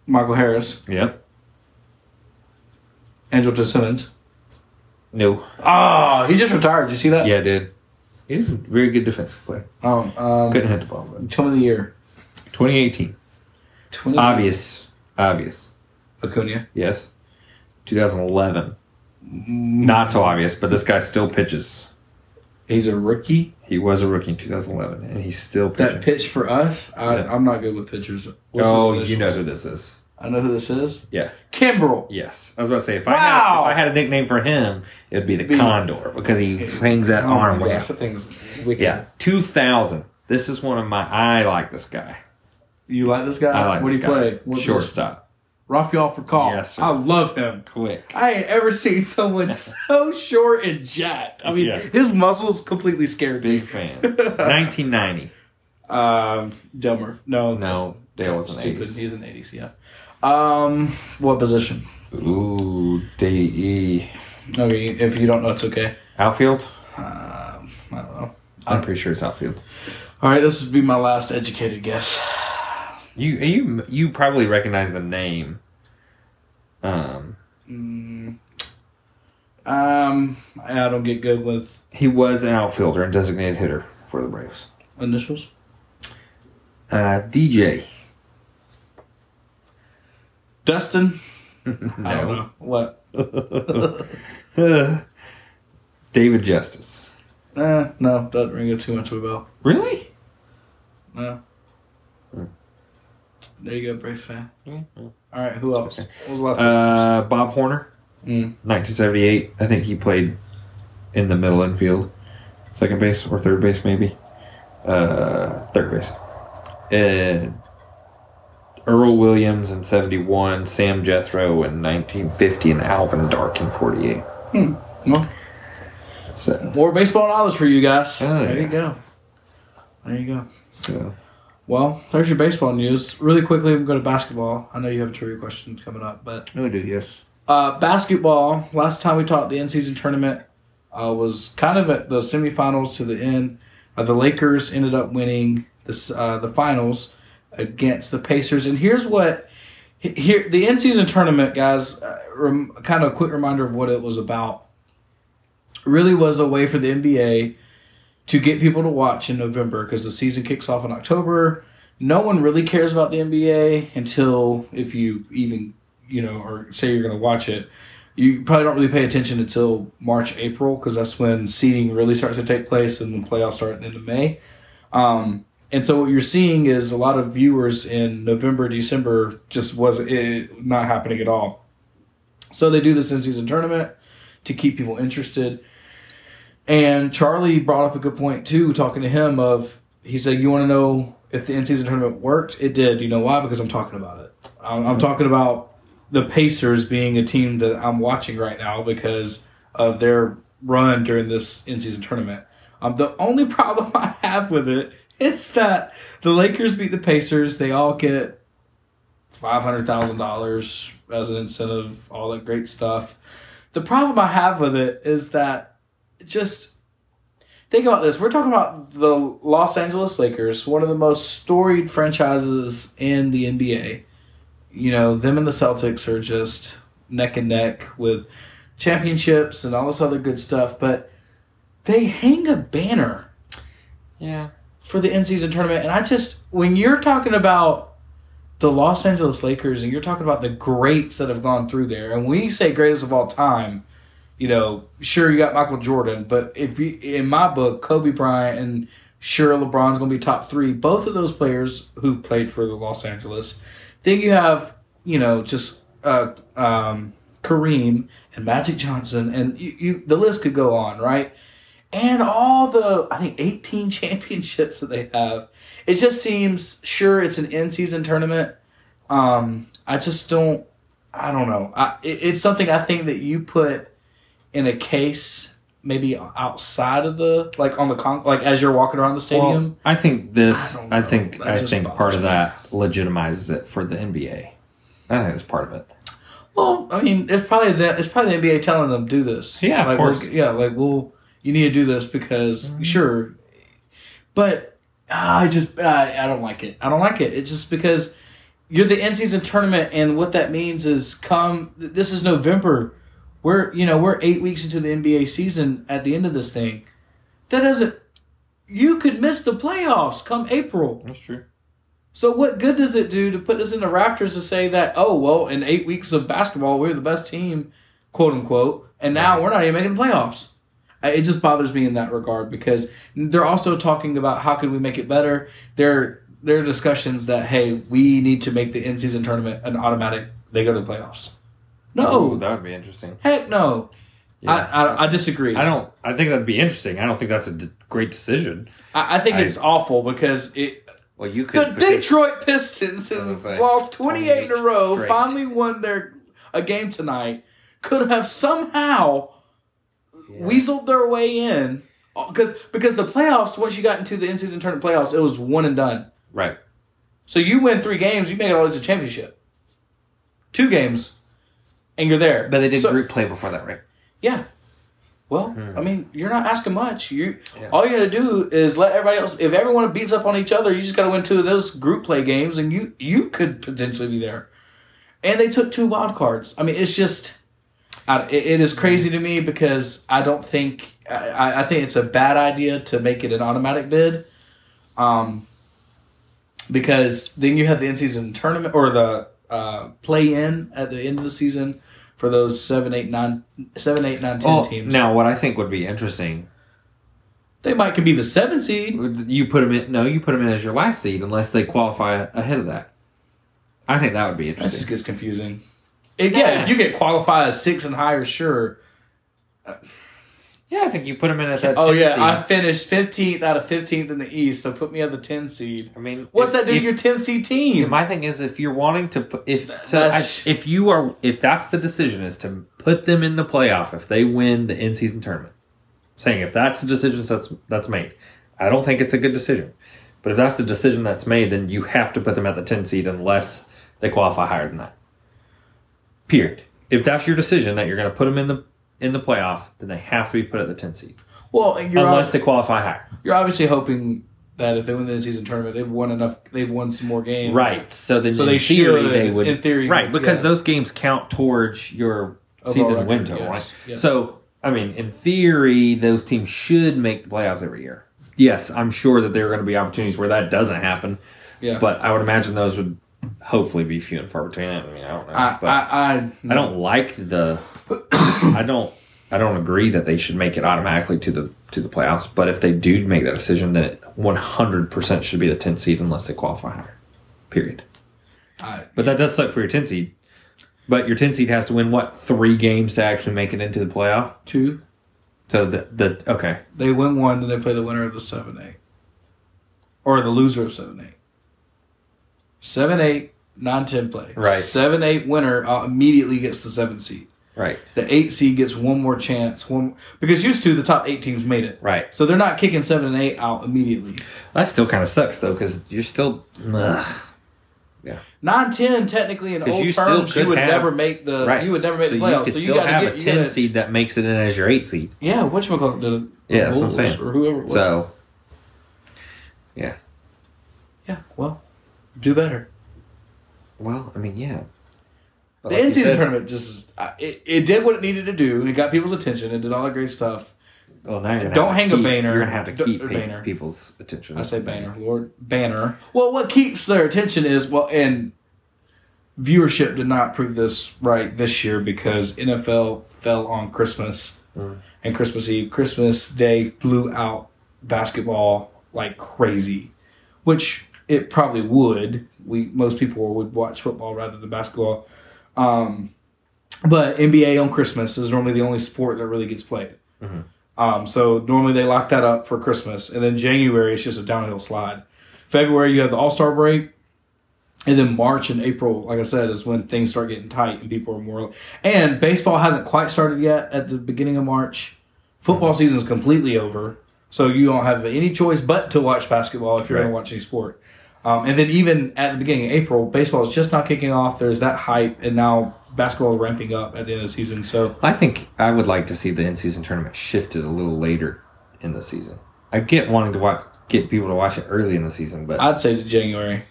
B: Michael Harris.
A: Yep.
B: Angel Simmons.
A: No.
B: Oh, he just retired. You see that?
A: Yeah, dude. He's a very good defensive player.
B: Um, um,
A: Couldn't hit the ball, but
B: Tell me the year.
A: 2018.
B: 20.
A: Obvious. Obvious.
B: Acuna.
A: Yes. 2011. Not so obvious, but this guy still pitches.
B: He's a rookie.
A: He was a rookie in 2011, and he's still pitching.
B: That pitch for us. I,
A: Yeah.
B: I'm not good with pitchers. What's his
A: oh,
B: initials?
A: you know who this is.
B: I know who this is.
A: Yeah.
B: Kimbrel.
A: Yes. I was about to say, if, I, had,
B: Wow.
A: if I had a nickname for him, it would be the
B: Be-
A: Condor because he hangs that
B: my
A: arm way
B: gosh,
A: out.
B: that thing's wicked.
A: Oh, Yeah. 2000. This is one of my. I like this guy.
B: You like this guy?
A: I like
B: what do
A: this
B: you
A: guy.
B: play? What
A: Shortstop.
B: Raphael Fakal.
A: Yes, sir.
B: I love him.
A: Quick.
B: I ain't ever seen someone so short and jacked. I mean,
A: Yeah.
B: his muscles completely scared me.
A: Big fan. 1990.
B: Um, Delmer. No,
A: No, Dale was an
B: Stupid.
A: 80s.
B: He's an 80s, yeah. Um, what position?
A: Ooh, D.E.
B: Okay, if you don't know, it's okay.
A: Outfield?
B: I don't know.
A: I'm pretty sure it's outfield.
B: All right, this would be my last educated guess.
A: You you you probably recognize the name. Um,
B: Um, I don't get good with
A: he was an outfielder and designated hitter for the Braves.
B: initials.
A: Uh, DJ.
B: Dustin. I
A: No.
B: don't know what.
A: David Justice.
B: Uh, no, doesn't ring too much of a bell.
A: Really?
B: No. There you go, Brave fan. Hmm. All right, who else? What was the last
A: Uh, Bob Horner.
B: Mm.
A: 1978. I think he played in the middle infield, second base or third base, maybe. Uh, third base. Uh, Earl Williams in 71, Sam Jethro in 1950, and Alvin Dark in 48.
B: Well,
A: So,
B: more baseball knowledge for you guys.
A: Oh,
B: there
A: yeah.
B: you go. There you go.
A: so,
B: Well, there's your baseball news. Really quickly, I'm going to basketball. I know you have a trivia question coming up, but
A: no, I do, yes.
B: uh, basketball. Last time we talked, the end season tournament uh, was kind of at the semifinals to the end. Uh, the Lakers ended up winning this uh, the finals against the Pacers. And here's what he- here the end season tournament, guys. Uh, rem, kind of a quick reminder of what it was about. Really was a way for the NBA to get people to watch in November because the season kicks off in October. No one really cares about the NBA until if you even you know or say you're going to watch it. You probably don't really pay attention until March, April because that's when seeding really starts to take place and the playoffs start at the end of May. Um, And so what you're seeing is a lot of viewers in November, December just was it, not happening at all. So they do this in-season tournament to keep people interested. And Charlie brought up a good point too, talking to him of he said, "You want to know if the in-season tournament worked? It did. You know why? Because I'm talking about it. I'm, I'm talking about the Pacers being a team that I'm watching right now because of their run during this in-season tournament. Um, the only problem I have with it is that the Lakers beat the Pacers. They all get five hundred thousand dollars as an incentive, all that great stuff. The problem I have with it is that just think about this. We're talking about the Los Angeles Lakers, one of the most storied franchises in the NBA. You know, them and the Celtics are just neck and neck with championships and all this other good stuff, but they hang a banner
A: Yeah.
B: for the in season tournament. And I just, when you're talking about the Los Angeles Lakers and you're talking about the greats that have gone through there, and when you say greatest of all time, you know, sure you got Michael Jordan, but if you, in my book, Kobe Bryant and sure LeBron's going to be top three. Both of those players who played for the Los Angeles. Then you have, you know, just uh, um, Kareem and Magic Johnson, and you, you, the list could go on, right? and all the I think 18 championships that they have. It just seems sure it's an in-season tournament. Um, I just don't. I don't know. I, it, it's something I think that you put in a case maybe outside of the like on the con- like as you're walking around the stadium.
A: Well, I think this.
B: I don't
A: I,
B: know.
A: think.
B: That
A: I
B: just
A: think
B: bothers
A: part of
B: me.
A: that legitimizes it for the NBA. I think it's part of it.
B: Well, I mean, it's probably the it's probably the NBA telling them do this.
A: Yeah, of
B: like,
A: course. Mm-hmm.
B: We'll, yeah, like well, you need to do this because sure, but ah, I just I, I don't like it. I don't like it. It's just because you're the in season tournament, and what that means is come. th- This is November. We're you know we're eight weeks into the NBA season at the end of this thing. That doesn't. You could miss the playoffs come April.
A: That's true.
B: So what good does it do to put this in the rafters to say that, oh well, in eight weeks of basketball, we were the best team, quote unquote, and now we're not even making the playoffs. I- It just bothers me in that regard because they're also talking about how can we make it better. There, there are discussions that hey, we need to make the in season tournament an automatic. They go to the playoffs. No,
A: Ooh, Oh, that would be interesting.
B: heck no. I, I I disagree.
A: I don't. I think that'd be interesting. I don't think that's a d- great decision.
B: I, I think
A: I-
B: it's awful because it
A: Well, you
B: The
A: could.
B: Detroit Pistons, who
A: Sounds like
B: lost 28 in a
A: 28
B: row,
A: straight.
B: finally won their a game tonight, could have somehow weaseled their way in. Because because the playoffs, once you got into the in season tournament playoffs, it was one and done.
A: right.
B: So you win three games, you make it all to the championship. Two games, and you're there.
A: But they did
B: So-
A: group play before that, right?
B: yeah. Well, I mean, you're not asking much. You
A: Yeah.
B: all you got to do is let everybody else. If everyone beats up on each other, you just got to win two of those group play games, and you you could potentially be there. And they took two wild cards. I mean, it's just, I, it- it is crazy to me because I don't think I- I, I think it's a bad idea to make it an automatic bid. Um, because then you have the in season tournament or the uh, play in at the end of the season for those seven, eight, nine, seven, eight, nine, ten
A: Well,
B: teams.
A: now what I think would be interesting,
B: they might could be the seven seed.
A: you put them in. No, you put them in as your last seed unless they qualify ahead of that. I think that would be
B: That just
A: interesting.
B: gets confusing. If- yeah, if you get qualified as six and higher, sure.
A: Yeah, I think you put them in at that.
B: Oh
A: 10
B: yeah,
A: seed.
B: I finished fifteenth out of fifteenth in the East, so put me at the ten seed.
A: I mean,
B: What's that do to
A: if-
B: your ten seed
A: Yeah,
B: team?
A: my thing is if you're wanting to put if to, I,
B: that's-
A: if you are if that's the decision is to put them in the playoff if they win the in season tournament. Saying if that's the decision that's that's made, I don't think it's a good decision. But if that's the decision that's made, then you have to put them at the ten seed unless they qualify higher than that. Period. If that's your decision that you're going to put them in the in the playoff, then they have to be put at the ten seed
B: well, and you're
A: unless
B: ob-
A: they qualify higher.
B: you're obviously hoping that if they win the season tournament, they've won enough. They've won some more games,
A: Right. So then,
B: So
A: in
B: they
A: theory,
B: should,
A: they would.
B: in theory,
A: right? Because
B: yeah.
A: those games count towards your
B: Overall
A: season
B: record,
A: win total,
B: yes,
A: right?
B: yeah.
A: So, I mean, in theory, those teams should make the playoffs every year. Yes, I'm sure that there are going to be opportunities where that doesn't happen.
B: Yeah.
A: But I would imagine those would hopefully be few and far between. I mean, I don't know.
B: I,
A: but
B: I, I,
A: I don't like the. I don't. I don't agree that they should make it automatically to the to the playoffs. But if they do make that decision, then it 100% should be the 10th seed unless they qualify higher. Period.
B: I,
A: But that does suck for your 10 seed. But your 10 seed has to win what three games to actually make it into the playoff.
B: two.
A: So the the okay
B: They win one, then they play the winner of the seven eight, or the loser of seven eight. Seven eight nine ten play.
A: Right.
B: Seven eight winner uh, immediately gets the seven seed.
A: right
B: The eight seed gets one more chance. One because used to the top eight teams made it.
A: Right.
B: So they're not kicking seven and eight out immediately.
A: that still kind of sucks though because you're still ugh. yeah
B: Nine ten technically in
A: 'Cause
B: old
A: you still
B: terms you
A: could
B: would
A: have-
B: never make the
A: right
B: Uh, you would never make
A: so
B: the playoffs.
A: you could
B: so you
A: still
B: gotta
A: have
B: get
A: a
B: you
A: 10
B: gotta-
A: seed that makes it in as your 8 seed
B: Yeah, whatchamacallit did it?
A: yeah that's what I'm
B: Bulls
A: saying
B: Or whoever. it was.
A: so yeah
B: yeah, well, do better.
A: well I mean yeah But
B: The
A: like you
B: in season
A: said-
B: tournament just I- it, it did what it needed to do. It got people's attention. It did all that great stuff.
A: well, now you're gonna
B: Don't
A: have to
B: hang a
A: keep-
B: Boehner.
A: you're gonna have to
B: Don't-
A: keep
B: or
A: pe-
B: Boehner.
A: people's attention
B: I say banner, Lord banner. Well, what keeps their attention is well, and viewership did not prove this right this year because NFL fell on Christmas and Christmas Eve. Christmas Day blew out basketball like crazy, which it probably would. We most people would watch football rather than basketball. Um, but NBA on Christmas is normally the only sport that really gets played. Um, so normally they lock that up for Christmas, and then January it's just a downhill slide. February you have the All Star break, and then March and April, like I said, is when things start getting tight and people are more. And baseball hasn't quite started yet at the beginning of March.
A: Mm-hmm.
B: Football season's completely over, so you don't have any choice but to watch basketball if you're going
A: Right.
B: to watch any sport. Um, and then even at the beginning of April, baseball is just not kicking off. There's that hype, and now basketball is ramping up at the end of the season. So
A: I think I would like to see the in-season tournament shifted a little later in the season. I get wanting to watch, get people to watch it early in the season, but
B: I'd say to January.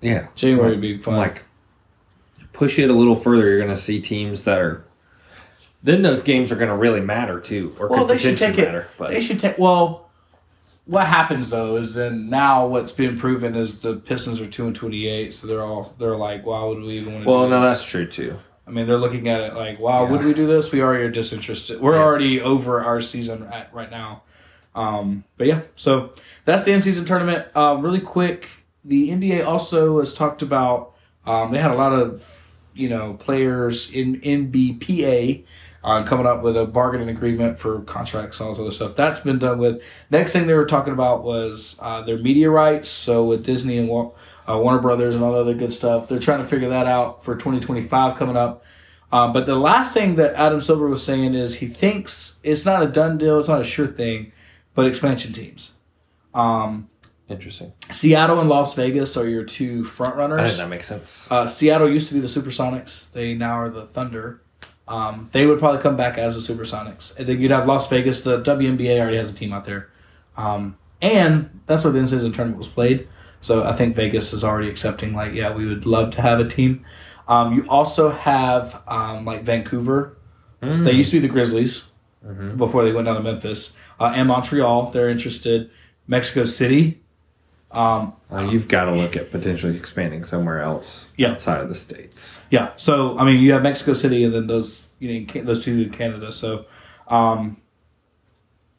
A: yeah,
B: January would be
A: I'm
B: fun.
A: like push it a little further. You're going to see teams that are. Then those games are going to really matter too, or
B: Well,
A: could
B: they should
A: potentially
B: take it.
A: matter. But
B: They should take. Well, what happens though is then now what's been proven is the Pistons are two and twenty eight, so they're all they're like, why would we even want to?
A: well,
B: do
A: no,
B: this?
A: that's true too.
B: I mean, they're looking at it like, wow, would
A: Yeah.
B: we do this? We already are disinterested. We're
A: Yeah.
B: already over our season at, right now. Um, but yeah, so that's the in-season tournament. Um, really quick, the NBA also has talked about. Um, they had a lot of you know players in NBPA uh, coming up with a bargaining agreement for contracts and all this other stuff. That's been done with. Next thing they were talking about was uh, their media rights. So with Disney and Wa- uh, Warner Brothers and all the other good stuff, they're trying to figure that out for 2025 coming up. Um, but the last thing that Adam Silver was saying is he thinks it's not a done deal, it's not a sure thing, but expansion teams.
A: Interesting.
B: Seattle and Las Vegas are your two front
A: I think
B: runners.
A: that makes sense.
B: Uh, Seattle used to be the Supersonics. They now are the Thunder. Um, they would probably come back as the Supersonics. And then you'd have Las Vegas. The WNBA already has a team out there. Um, and that's where the in-season tournament was played. So I think Vegas is already accepting, like, yeah, we would love to have a team. Um, you also have, um, like, Vancouver. They used to be the Grizzlies before they went down to Memphis. Uh, and Montreal, they're interested. Mexico City.
A: Uh, you've got to look at potentially expanding somewhere else
B: Yeah.
A: outside of the states.
B: Yeah. So I mean, you have Mexico City, and then those you know in Ca- those two in Canada. So, um,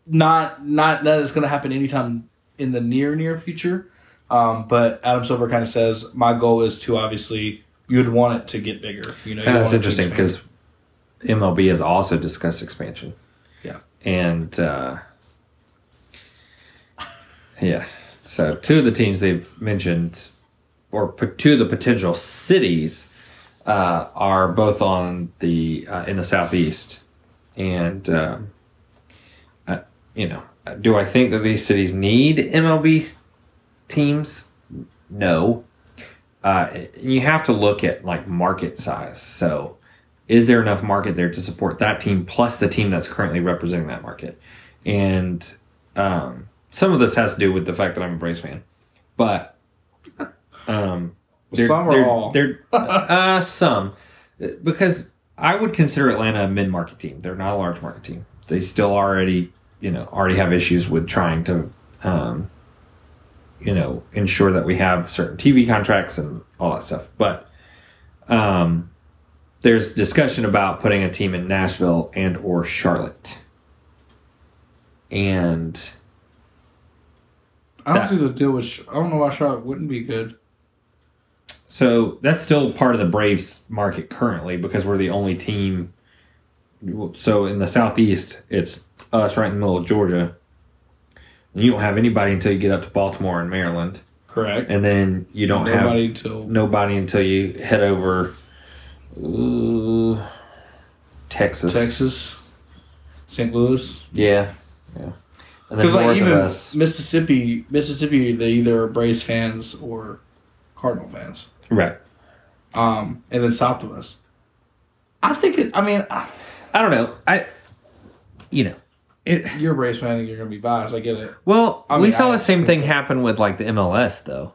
B: not not that is going to happen anytime in the near near future. Um, but Adam Silver kind of says my goal is to obviously you would want it to get bigger. You know, you
A: And that's
B: want it to
A: interesting
B: expand.
A: because MLB has also discussed expansion.
B: yeah,
A: and uh, yeah, so two of the teams they've mentioned, or po- two of the potential cities, uh, are both on the uh, in the southeast, and um, uh, you know, do I think that these cities need MLB teams? No. Uh, you have to look at like market size. So, is there enough market there to support that team plus the team that's currently representing that market? And um, some of this has to do with the fact that I'm a Braves fan, but um,
B: Some or
A: they're,
B: all?
A: they're- uh, some because I would consider Atlanta a mid-market team. They're not a large market team. They still already, you know, already have issues with trying to, um, you know, ensure that we have certain TV contracts and all that stuff. But um, there's discussion about putting a team in Nashville and or Charlotte. And
B: I don't see the deal with. Sh- I don't know why Charlotte wouldn't be good.
A: So that's still part of the Braves market currently because we're the only team. So in the Southeast, it's us right in the middle of Georgia. And you don't have anybody until you get up to Baltimore and Maryland.
B: Correct.
A: And then you don't
B: Nobody
A: have
B: until-
A: nobody until you head over uh, Texas.
B: Texas, St. Louis.
A: Yeah. Yeah. And then
B: Because
A: north
B: like even
A: of us.
B: Mississippi, Mississippi, they either are Braves fans or Cardinal fans.
A: Right.
B: Um, and then south of us, I think. It, I mean, I-
A: I don't know. I, you know, it,
B: you're a Braves fan and you're gonna be biased. I get it.
A: Well,
B: I
A: we
B: mean,
A: saw
B: I-
A: the same thing happen with like the MLS though.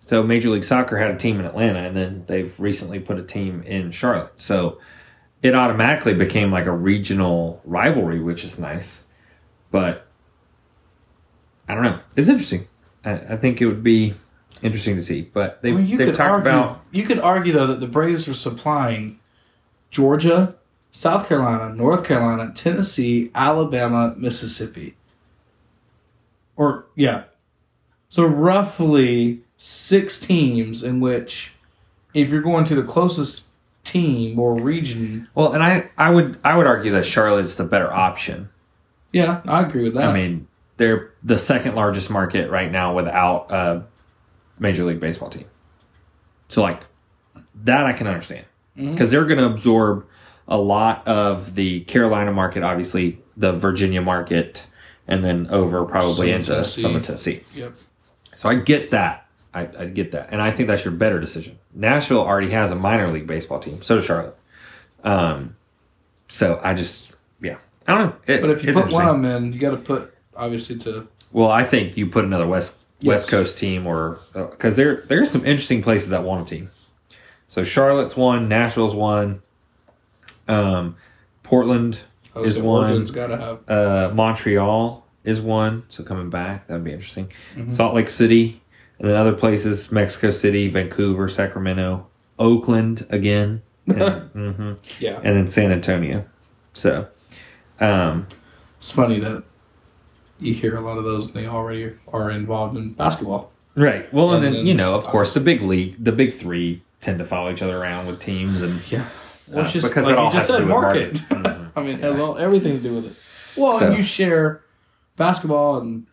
A: So Major League Soccer had a team in Atlanta and then they've recently put a team in Charlotte. So it automatically became like a regional rivalry, which is nice. But I don't know. It's interesting. I, I think it would be interesting to see. But they've,
B: I mean, you
A: they've
B: could
A: talked
B: argue.
A: about
B: You could argue though that the Braves are supplying Georgia, South Carolina, North Carolina, Tennessee, Alabama, Mississippi. Or yeah, so roughly six teams in which, if you're going to the closest team or region,
A: well, and I, I would I would argue that Charlotte's the better option.
B: yeah, I agree with that.
A: I mean, they're the second largest market right now without a major league baseball team. So like that I can understand
B: Mm-hmm.
A: because they're going to absorb a lot of the Carolina market, obviously the Virginia market, and then over probably
B: Some of
A: into
B: Tennessee.
A: some of Tennessee.
B: yep.
A: So I get that. I, I get that, and I think that's your better decision. Nashville already has a minor league baseball team. So does Charlotte. Um, so I just yeah. I don't know. It-
B: But if you
A: it's
B: put one
A: interesting.
B: of them in, you got to put obviously to
A: Well, I think you put another West West
B: Yes.
A: Coast team, or because there there are some interesting places that want a team. So Charlotte's one, Nashville's one, um, Portland
B: oh,
A: is
B: so
A: one,
B: Oregon's got to have
A: uh, Montreal is one. So coming back, that'd be interesting.
B: Mm-hmm.
A: Salt Lake City, and then other places: Mexico City, Vancouver, Sacramento, Oakland again, and, mhm,
B: yeah.
A: and then San Antonio. So, um,
B: It's funny that you hear a lot of those and they already are involved in basketball.
A: Right. Well, and,
B: And
A: then,
B: then-
A: you know, of course, the big league, the big three tend to follow each other around with teams, and
B: Yeah.
A: uh, because it all has to do with market. Mhm.
B: I mean, it has all everything to do with it. Well,
A: So-
B: and you share basketball and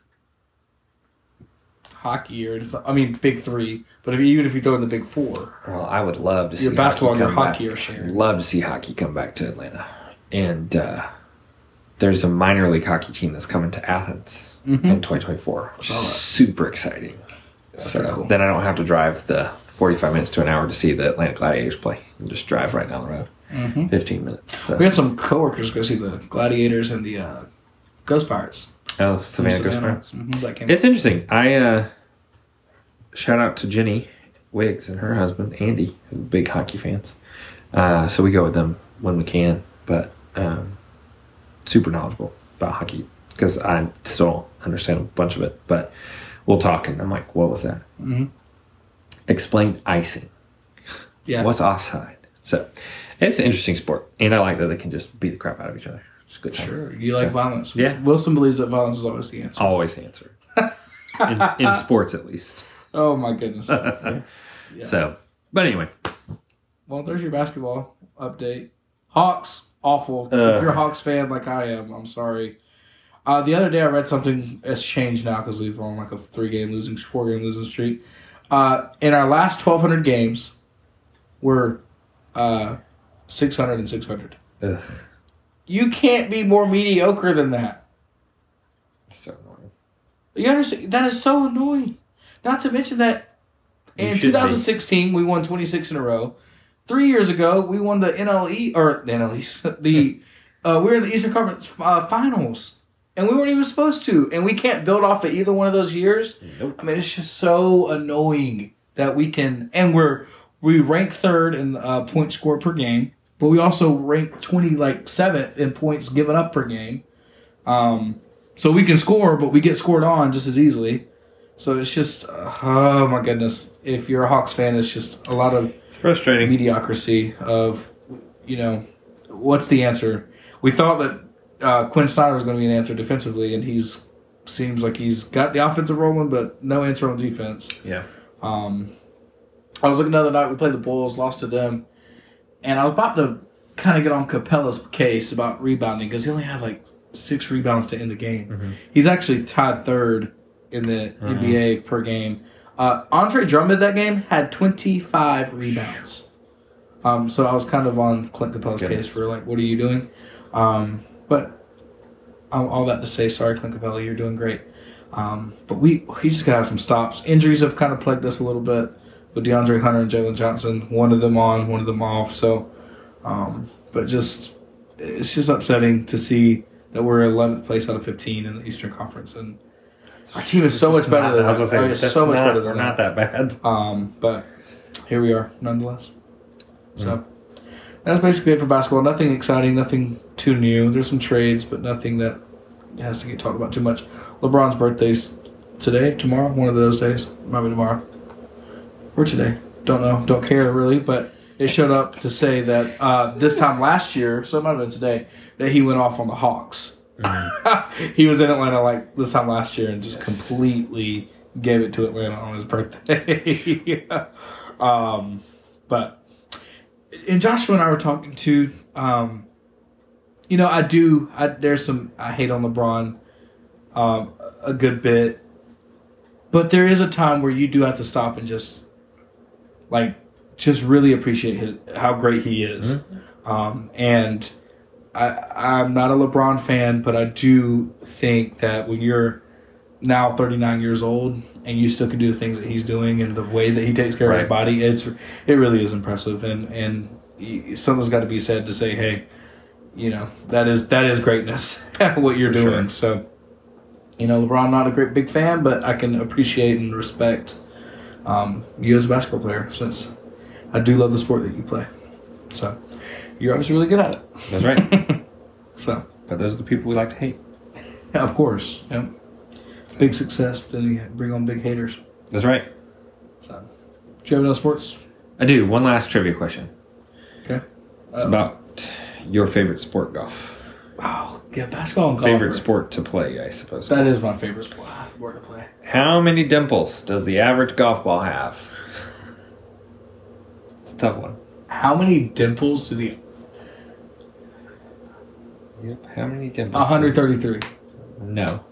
B: hockey or I mean, big three. But if, even if you throw in the big four,
A: well, I would love to see
B: your basketball and
A: hockey
B: your
A: come
B: hockey
A: back.
B: are shared.
A: Love to see hockey come back to Atlanta, and uh, there's a minor league hockey team that's coming to Athens
B: Mm-hmm.
A: in 2024. Super exciting. So
B: pretty cool.
A: then I don't have to drive the 45 minutes to an hour to see the Atlanta Gladiators play. and just drive right down the road,
B: Mm-hmm.
A: 15 minutes. So.
B: We had some coworkers go see the Gladiators and the uh, Ghost Pirates.
A: Oh,
B: in
A: Savannah Ghost
B: Savannah.
A: Pirates.
B: Mhm, that came
A: It's interesting. I uh shout out to Jenny Wiggs and her husband Andy, who are big hockey fans. Uh, so we go with them when we can, but um, super knowledgeable about hockey because I still don't understand a bunch of it. But we'll talk, and I'm like, "What was that?" Mm-hmm. Explain icing.
B: yeah.
A: What's offside? So it's an interesting sport, and I like that they can just beat the crap out of each other. It's a good. time.
B: Sure. You like violence.
A: Yeah.
B: Wilson believes that violence is always the answer.
A: Always answer in, in sports, at least.
B: Oh, my goodness.
A: So, but anyway,
B: Well, there's your basketball update. Hawks, awful. if you're a Hawks fan like I am, I'm sorry. Uh, the other day I read something that's changed now because we've on like a three game losing, four game losing streak. Uh, in our last 1,200 games, we're uh, 600 and 600.
A: Ugh.
B: You can't be more mediocre than that.
A: so annoying.
B: You understand? That is so annoying. Not to mention that
A: You
B: in
A: should be.
B: 2016 we won 26 in a row. Three years ago we won the NLE or the NLE the uh, we were in the Eastern Conference uh, Finals and we weren't even supposed to and we can't build off of either one of those years. I mean it's just so annoying that we can and we're we rank third in uh, points scored per game, but we also rank 20 like seventh in points given up per game. So we can score, but we get scored on just as easily. So it's just, oh my goodness. If you're a Hawks fan, it's just a lot of
A: It's frustrating.
B: mediocrity of, you know, what's the answer? We thought that uh, Quinn Snyder was going to be an answer defensively, and he's seems like he's got the offensive rolling, but no answer on defense.
A: Yeah.
B: Um, I was looking the other night. We played the Bulls, lost to them, and I was about to kind of get on Capella's case about rebounding because he only had like six rebounds to end the game. He's actually tied third in the NBA per game. Uh, Andre Drummond that game had twenty five rebounds. Um, so I was kind of on Clint Capella's
A: Okay.
B: case for like, what are you doing? Um, but all all that to say, sorry, Clint Capella, you're doing great. Um, but we we just gotta have some stops. Injuries have kind of plagued us a little bit with DeAndre Hunter and Jalen Johnson. One of them on, one of them off. So, um, but just it's just upsetting to see that we're 11th place out of 15 in the Eastern Conference, and our team is so much better than
A: I was gonna
B: us.
A: say,
B: I mean, it's
A: that's
B: so much
A: not-
B: better
A: we're
B: than
A: not
B: that.
A: that bad.
B: Um, but here we are, nonetheless. So that's basically it for basketball. Nothing exciting, nothing too new. There's some trades, but nothing that has to get talked about too much. LeBron's birthday's today, tomorrow, one of those days. Might be tomorrow. Or today. Don't know. Don't care really, but it showed up to say that uh, this time last year, so it might have been today, that he went off on the Hawks. he was in Atlanta like this time last year and just completely gave it to Atlanta on his birthday. um, but and Joshua and I were talking to, um, you know, I do. I, there's some I hate on LeBron um, a good bit, but there is a time where you do have to stop and just like just really appreciate his, how great he is. Um, and I, I'm not a LeBron fan, but I do think that when you're now 39 years old and you still can do the things that he's doing and the way that he takes care of his
A: Right.
B: body, it's it really is impressive. And and y- something's got to be said to say, hey, you know that is that is greatness what you're
A: sure.
B: doing. So you know, LeBron not a great big fan, but I can appreciate and respect um, you as a basketball player since I do love the sport that you play. So you're obviously really good at it.
A: That's right.
B: So
A: but those are the people we like to hate.
B: yeah, of course, yeah. big success. Then you bring on big haters.
A: That's right.
B: So do you have any other sports?
A: I do. One last trivia question.
B: Okay.
A: It's
B: Uh,
A: about your favorite sport, golf.
B: Wow. Yeah, basketball and golf.
A: Favorite
B: are-
A: sport to play, I suppose.
B: That is my favorite sport. Sport to play.
A: How many dimples does the average golf ball have? It's a tough one.
B: How many dimples do the
A: Yep. How many dimples?
B: 133,
A: No.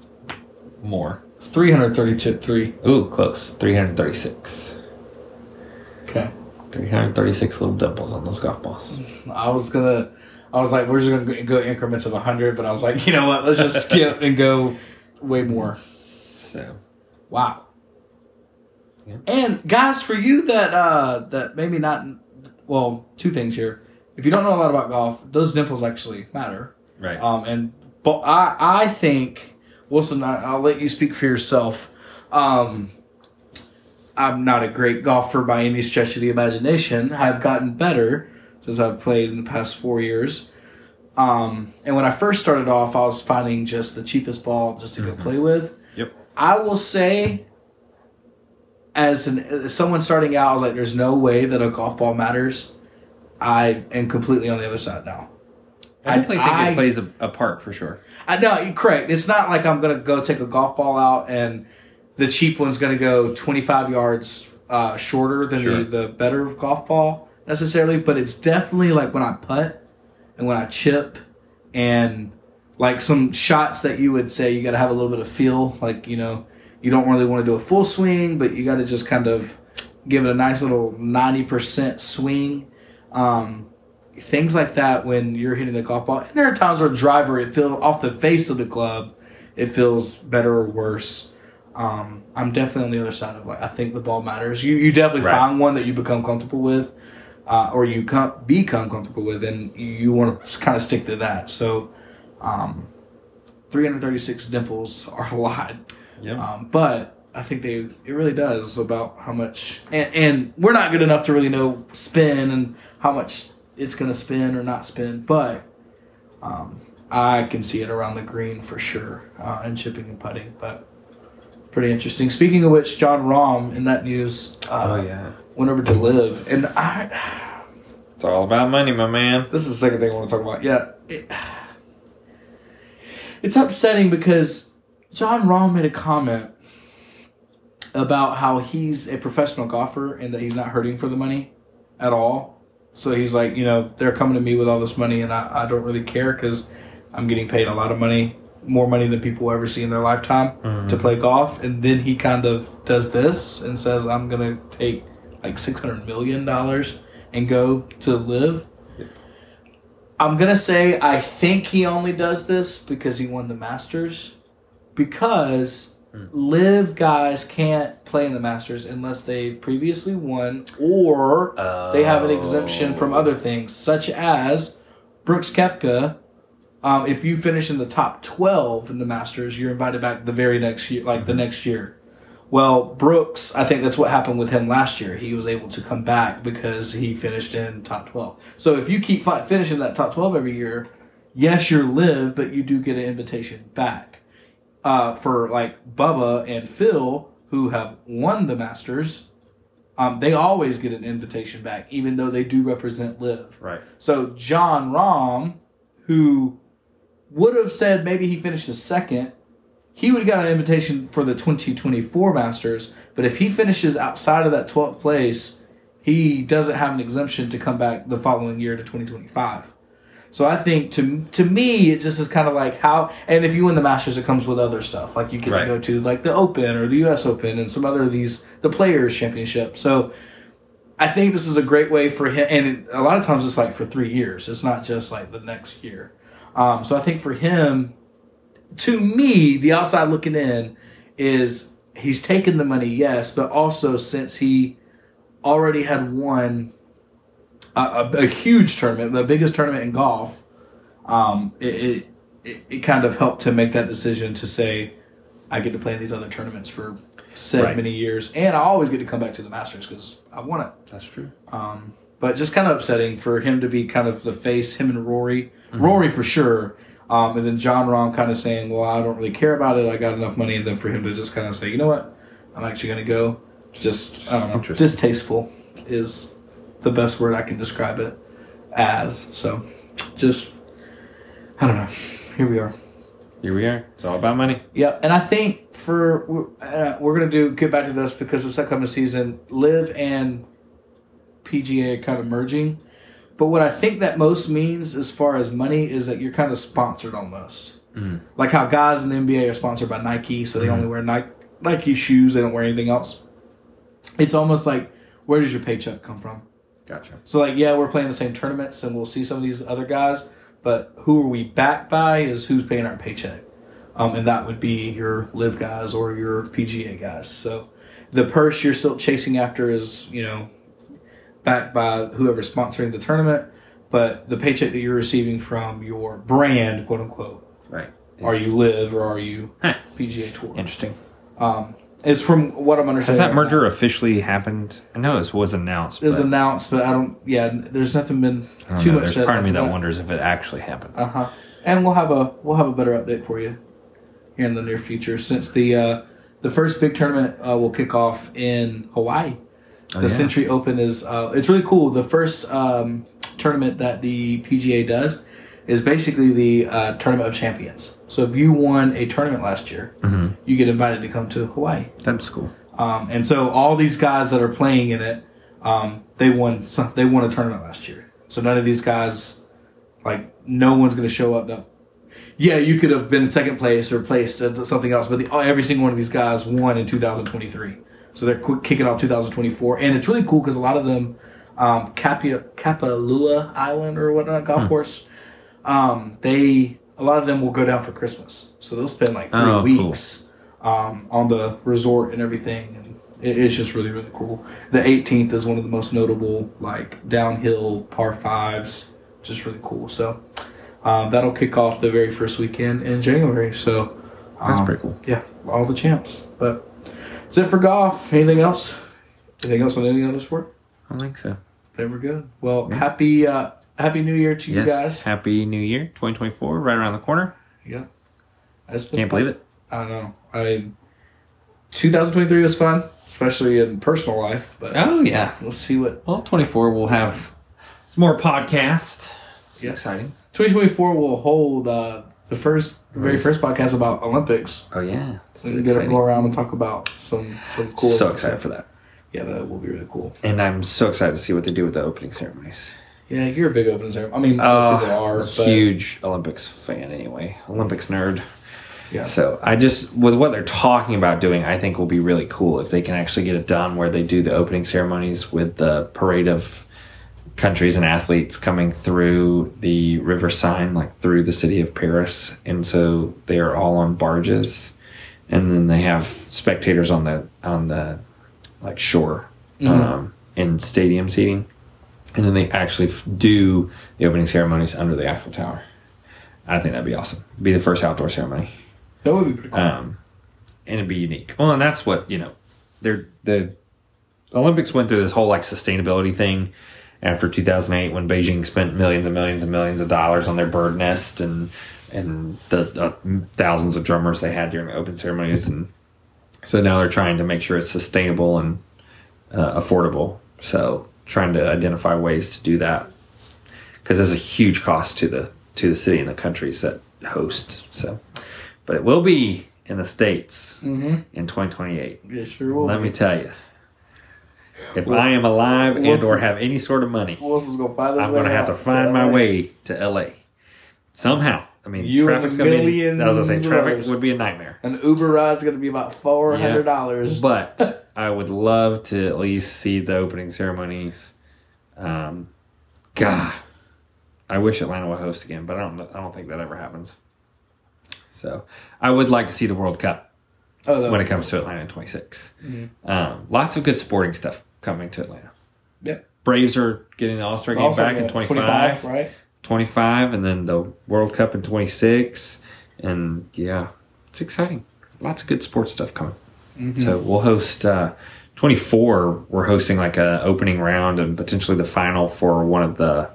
A: More.
B: 332, three?
A: Ooh, close. 336.
B: Okay.
A: 336 little dimples on those golf balls.
B: I was gonna, I was like, we're just gonna go increments of hundred, but I was like, you know what? Let's just skip and go way more.
A: So,
B: Wow.
A: Yeah.
B: And guys, for you that uh that maybe not, well, two things here. If you don't know a lot about golf, those dimples actually matter.
A: right.
B: Um, and but I I think Wilson, I, I'll let you speak for yourself. Um, I'm not a great golfer by any stretch of the imagination. I've gotten better since I've played in the past four years. Um, and when I first started off, I was finding just the cheapest ball just to go play with.
A: yep.
B: I will say, as an as someone starting out, I was like, "There's no way that a golf ball matters." I am completely on the other side now.
A: I definitely think
B: I-
A: it plays a, a part for sure.
B: I know you're correct. It's not like I'm gonna go take a golf ball out and the cheap one's gonna go 25 yards uh, shorter than
A: Sure.
B: the, the better golf ball necessarily, but it's definitely like when I putt and when I chip and like some shots that you would say you got to have a little bit of feel. Like you know, you don't really want to do a full swing, but you got to just kind of give it a nice little 90% swing. Um, things like that when you're hitting the golf ball. And there are times where driver it feels off the face of the club, it feels better or worse. Um, I'm definitely on the other side of like I think the ball matters. You you definitely
A: Right.
B: find one that you become comfortable with, uh, or you com- become comfortable with, and you, you want to kind of stick to that. So, um, 336 dimples are a lot.
A: Yep.
B: Um, but I think they it really does about how much and, and we're not good enough to really know spin and how much it's gonna spin or not spin, but um, I can see it around the green for sure uh, and chipping and putting. But Pretty interesting. Speaking of which, John Rahm in that news uh,
A: Oh yeah,
B: went over to live, and I.
A: it's all about money, my man.
B: This is the second thing I want to talk about. Yeah, it- it's upsetting because John Rahm made a comment about how he's a professional golfer and that he's not hurting for the money at all. So he's like, you know, they're coming to me with all this money, and I, I don't really care because I'm getting paid a lot of money, more money than people will ever see in their lifetime to play golf. And then he kind of does this and says, I'm gonna take like six hundred million dollars and go to live. I'm gonna say I think he only does this because he won the Masters, because live guys can't play in the Masters unless they previously won or they have an exemption from other things, such as Brooks Kepka. Um, if you finish in the top twelve in the Masters, you're invited back the very next year, like the next year. Well, Brooks, I think that's what happened with him last year. He was able to come back because he finished in top 12. So if you keep fi- finishing that top 12 every year, yes, you're live, but you do get an invitation back. Uh, for like Bubba and Phil, who have won the Masters, um, they always get an invitation back, even though they do represent live.
A: Right.
B: So John Rahm, who would have said maybe he finished a second, he would have got an invitation for the 2024 Masters. But if he finishes outside of that 12th place, he doesn't have an exemption to come back the following year to 2025. So I think to to me it just is kind of like how and if you win the Masters it comes with other stuff like you can
A: Right.
B: go to like the Open or the U.S. Open and some other of these the Players Championship. So I think this is a great way for him, and it, a lot of times it's like for three years. It's not just like the next year. Um, so I think for him, to me, the outside looking in is he's taken the money, yes, but also since he already had won a, a, a huge tournament, the biggest tournament in golf, um, it, it, it it kind of helped him make that decision to say, I get to play in these other tournaments for said
A: Right.
B: many years, and I always get to come back to the Masters because I want it
A: That's true.
B: but just kind of upsetting for him to be kind of the face, him and Rory, Rory for sure. Um, and then John Rom kind of saying, "Well, I don't really care about it. I got enough money." And then for him to just kind of say, "You know what? I'm actually going to go." Just I don't know.
A: Interesting.
B: Distasteful is the best word I can describe it as. So, just I don't know. Here we are.
A: Here we are. It's all about money.
B: Yep, and I think for we're, uh, we're gonna do get back to this because this upcoming season, Live and PGA are kind of merging. But what I think that most means as far as money is that you're kind of sponsored almost, like how guys in the NBA are sponsored by Nike, so they only wear Nike Nike shoes; they don't wear anything else. It's almost like where does your paycheck come from?
A: Gotcha.
B: So like, yeah, we're playing the same tournaments, and we'll see some of these other guys. But who are we backed by is who's paying our paycheck, um, and that would be your live guys or your PGA guys. So the purse you're still chasing after is you know backed by whoever's sponsoring the tournament, but the paycheck that you're receiving from your brand, quote unquote,
A: Right.
B: are you live or are you PGA Tour?
A: interesting?
B: Is from what I'm
A: Has
B: understanding.
A: that
B: right now.
A: merger officially happened? I know it was announced.
B: It was
A: but
B: announced, but I don't. Yeah, there's nothing been
A: I don't
B: too
A: know.
B: much
A: There's
B: said.
A: part of me
B: after
A: that wonders if it actually happened.
B: Uh huh. And we'll have a we'll have a better update for you here in the near future, since the uh, the first big tournament uh, will kick off in Hawaii. The
A: yeah.
B: Century Open is uh, it's really cool. The first um, tournament that the PGA does is basically the uh, tournament of champions. So if you won a tournament last year, you get invited to come to Hawaii.
A: That's cool.
B: Um, and so all these guys that are playing in it, um, they won. Some, they won a tournament last year. So none of these guys, like no one's going to show up. Though, yeah, you could have been in second place or placed at something else, but the, oh, every single one of these guys won in 2023. So they're quick kicking off 2024, and it's really cool because a lot of them, um, Kapia, Kapalua Island or whatnot
A: Hmm.
B: golf course, um, they a lot of them will go down for Christmas. So they'll spend like three
A: Oh, cool.
B: weeks um, on the resort and everything. And it, it's just really, really cool. The 18th is one of the most notable, like, downhill par fives. Just really cool. So um, that'll kick off the very first weekend in January. So
A: That's
B: um,
A: pretty cool.
B: Yeah, all the champs. But that's it for golf. Anything else? Anything else on any other sport?
A: I don't think so.
B: Then we're good. Well, happy uh, happy New Year to
A: Yes.
B: you guys.
A: Happy New Year 2024, right around the corner.
B: yeah, It's been
A: Can't
B: fun.
A: believe it.
B: I don't know. I 2023 was fun, especially in personal life. But
E: Oh yeah.
B: we'll see what
E: Well, 24 will have some more podcast. It's
B: Yeah.
E: exciting.
B: 2024 will hold. Uh, the first, the very first podcast about Olympics.
E: Oh yeah.
B: We can get to go around and talk about some some cool.
A: so
B: stuff.
A: excited for that.
B: Yeah, that will be really cool.
A: And I'm so excited to see what they do with the opening ceremonies.
B: Yeah, you're a big opening ceremony. I mean, most
A: Oh,
B: people are. But
A: huge Olympics fan anyway. Olympics nerd.
B: Yeah.
A: So I just with what they're talking about doing, I think will be really cool if they can actually get it done where they do the opening ceremonies with the parade of countries and athletes coming through the river Seine, like through the city of Paris, and so they are all on barges, and then they have spectators on the on the like shore um, in stadium seating, and then they actually f- do the opening ceremonies under the Eiffel Tower. I think that'd be awesome. Be the first outdoor ceremony
B: That would be pretty cool.
A: um, and it'd be unique. Well, and that's what you know. They're the Olympics went through this whole like sustainability thing after 2008 when Beijing spent millions and millions and millions of dollars on their bird nest and and the uh, thousands of drummers they had during the open ceremonies and so now they're trying to make sure it's sustainable and uh, affordable. So trying to identify ways to do that because there's a huge cost to the to the city and the countries that host. So, but it will be in the states in 2028.
B: yeah, sure Mm-hmm. will.
A: Let me tell you, if I am alive and or have any sort of money,
B: Who else is gonna find this
A: I'm
B: way
A: gonna have
B: out?
A: to find
B: So,
A: my
B: like,
A: way to LA somehow. I mean,
B: You and the
A: traffic's gonna be. I was gonna
B: millions
A: say
B: of
A: traffic
B: others.
A: would be a nightmare.
B: An Uber ride's gonna be about four hundred dollars.
A: But I would love to at least see the opening ceremonies. Um, God, I wish Atlanta would host again, but I don't. know- I don't think that ever happens. So I would like to see the World Cup
B: Oh, that
A: when it comes to Atlanta in 26. Um, lots of good sporting stuff coming to Atlanta.
B: Yep.
A: Braves are getting the All Star game
B: Also,
A: back
B: yeah,
A: in 25,
B: right?
A: 25, and then the World Cup in 26. And yeah, it's exciting. Lots of good sports stuff coming. So we'll host uh, 24. We're hosting like a opening round and potentially the final for one of the,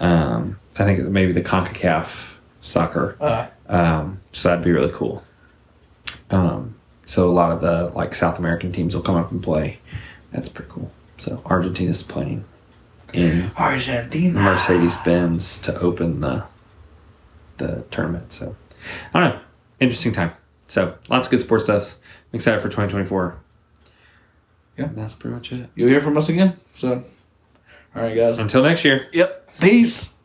A: um, I think maybe the CONCACAF soccer.
B: Uh,
A: Um, so that'd be really cool. Um, so a lot of the like South American teams will come up and play. That's pretty cool. So Argentina's playing in
B: Argentina.
A: Mercedes Benz to open the the tournament. So I don't know. Interesting time. So lots of good sports stuff. I'm excited for 2024.
B: Yeah.
A: that's pretty much it.
B: You'll
A: Mm.
B: hear from us again. So, all right, guys.
A: Until next year.
B: Yep. Peace.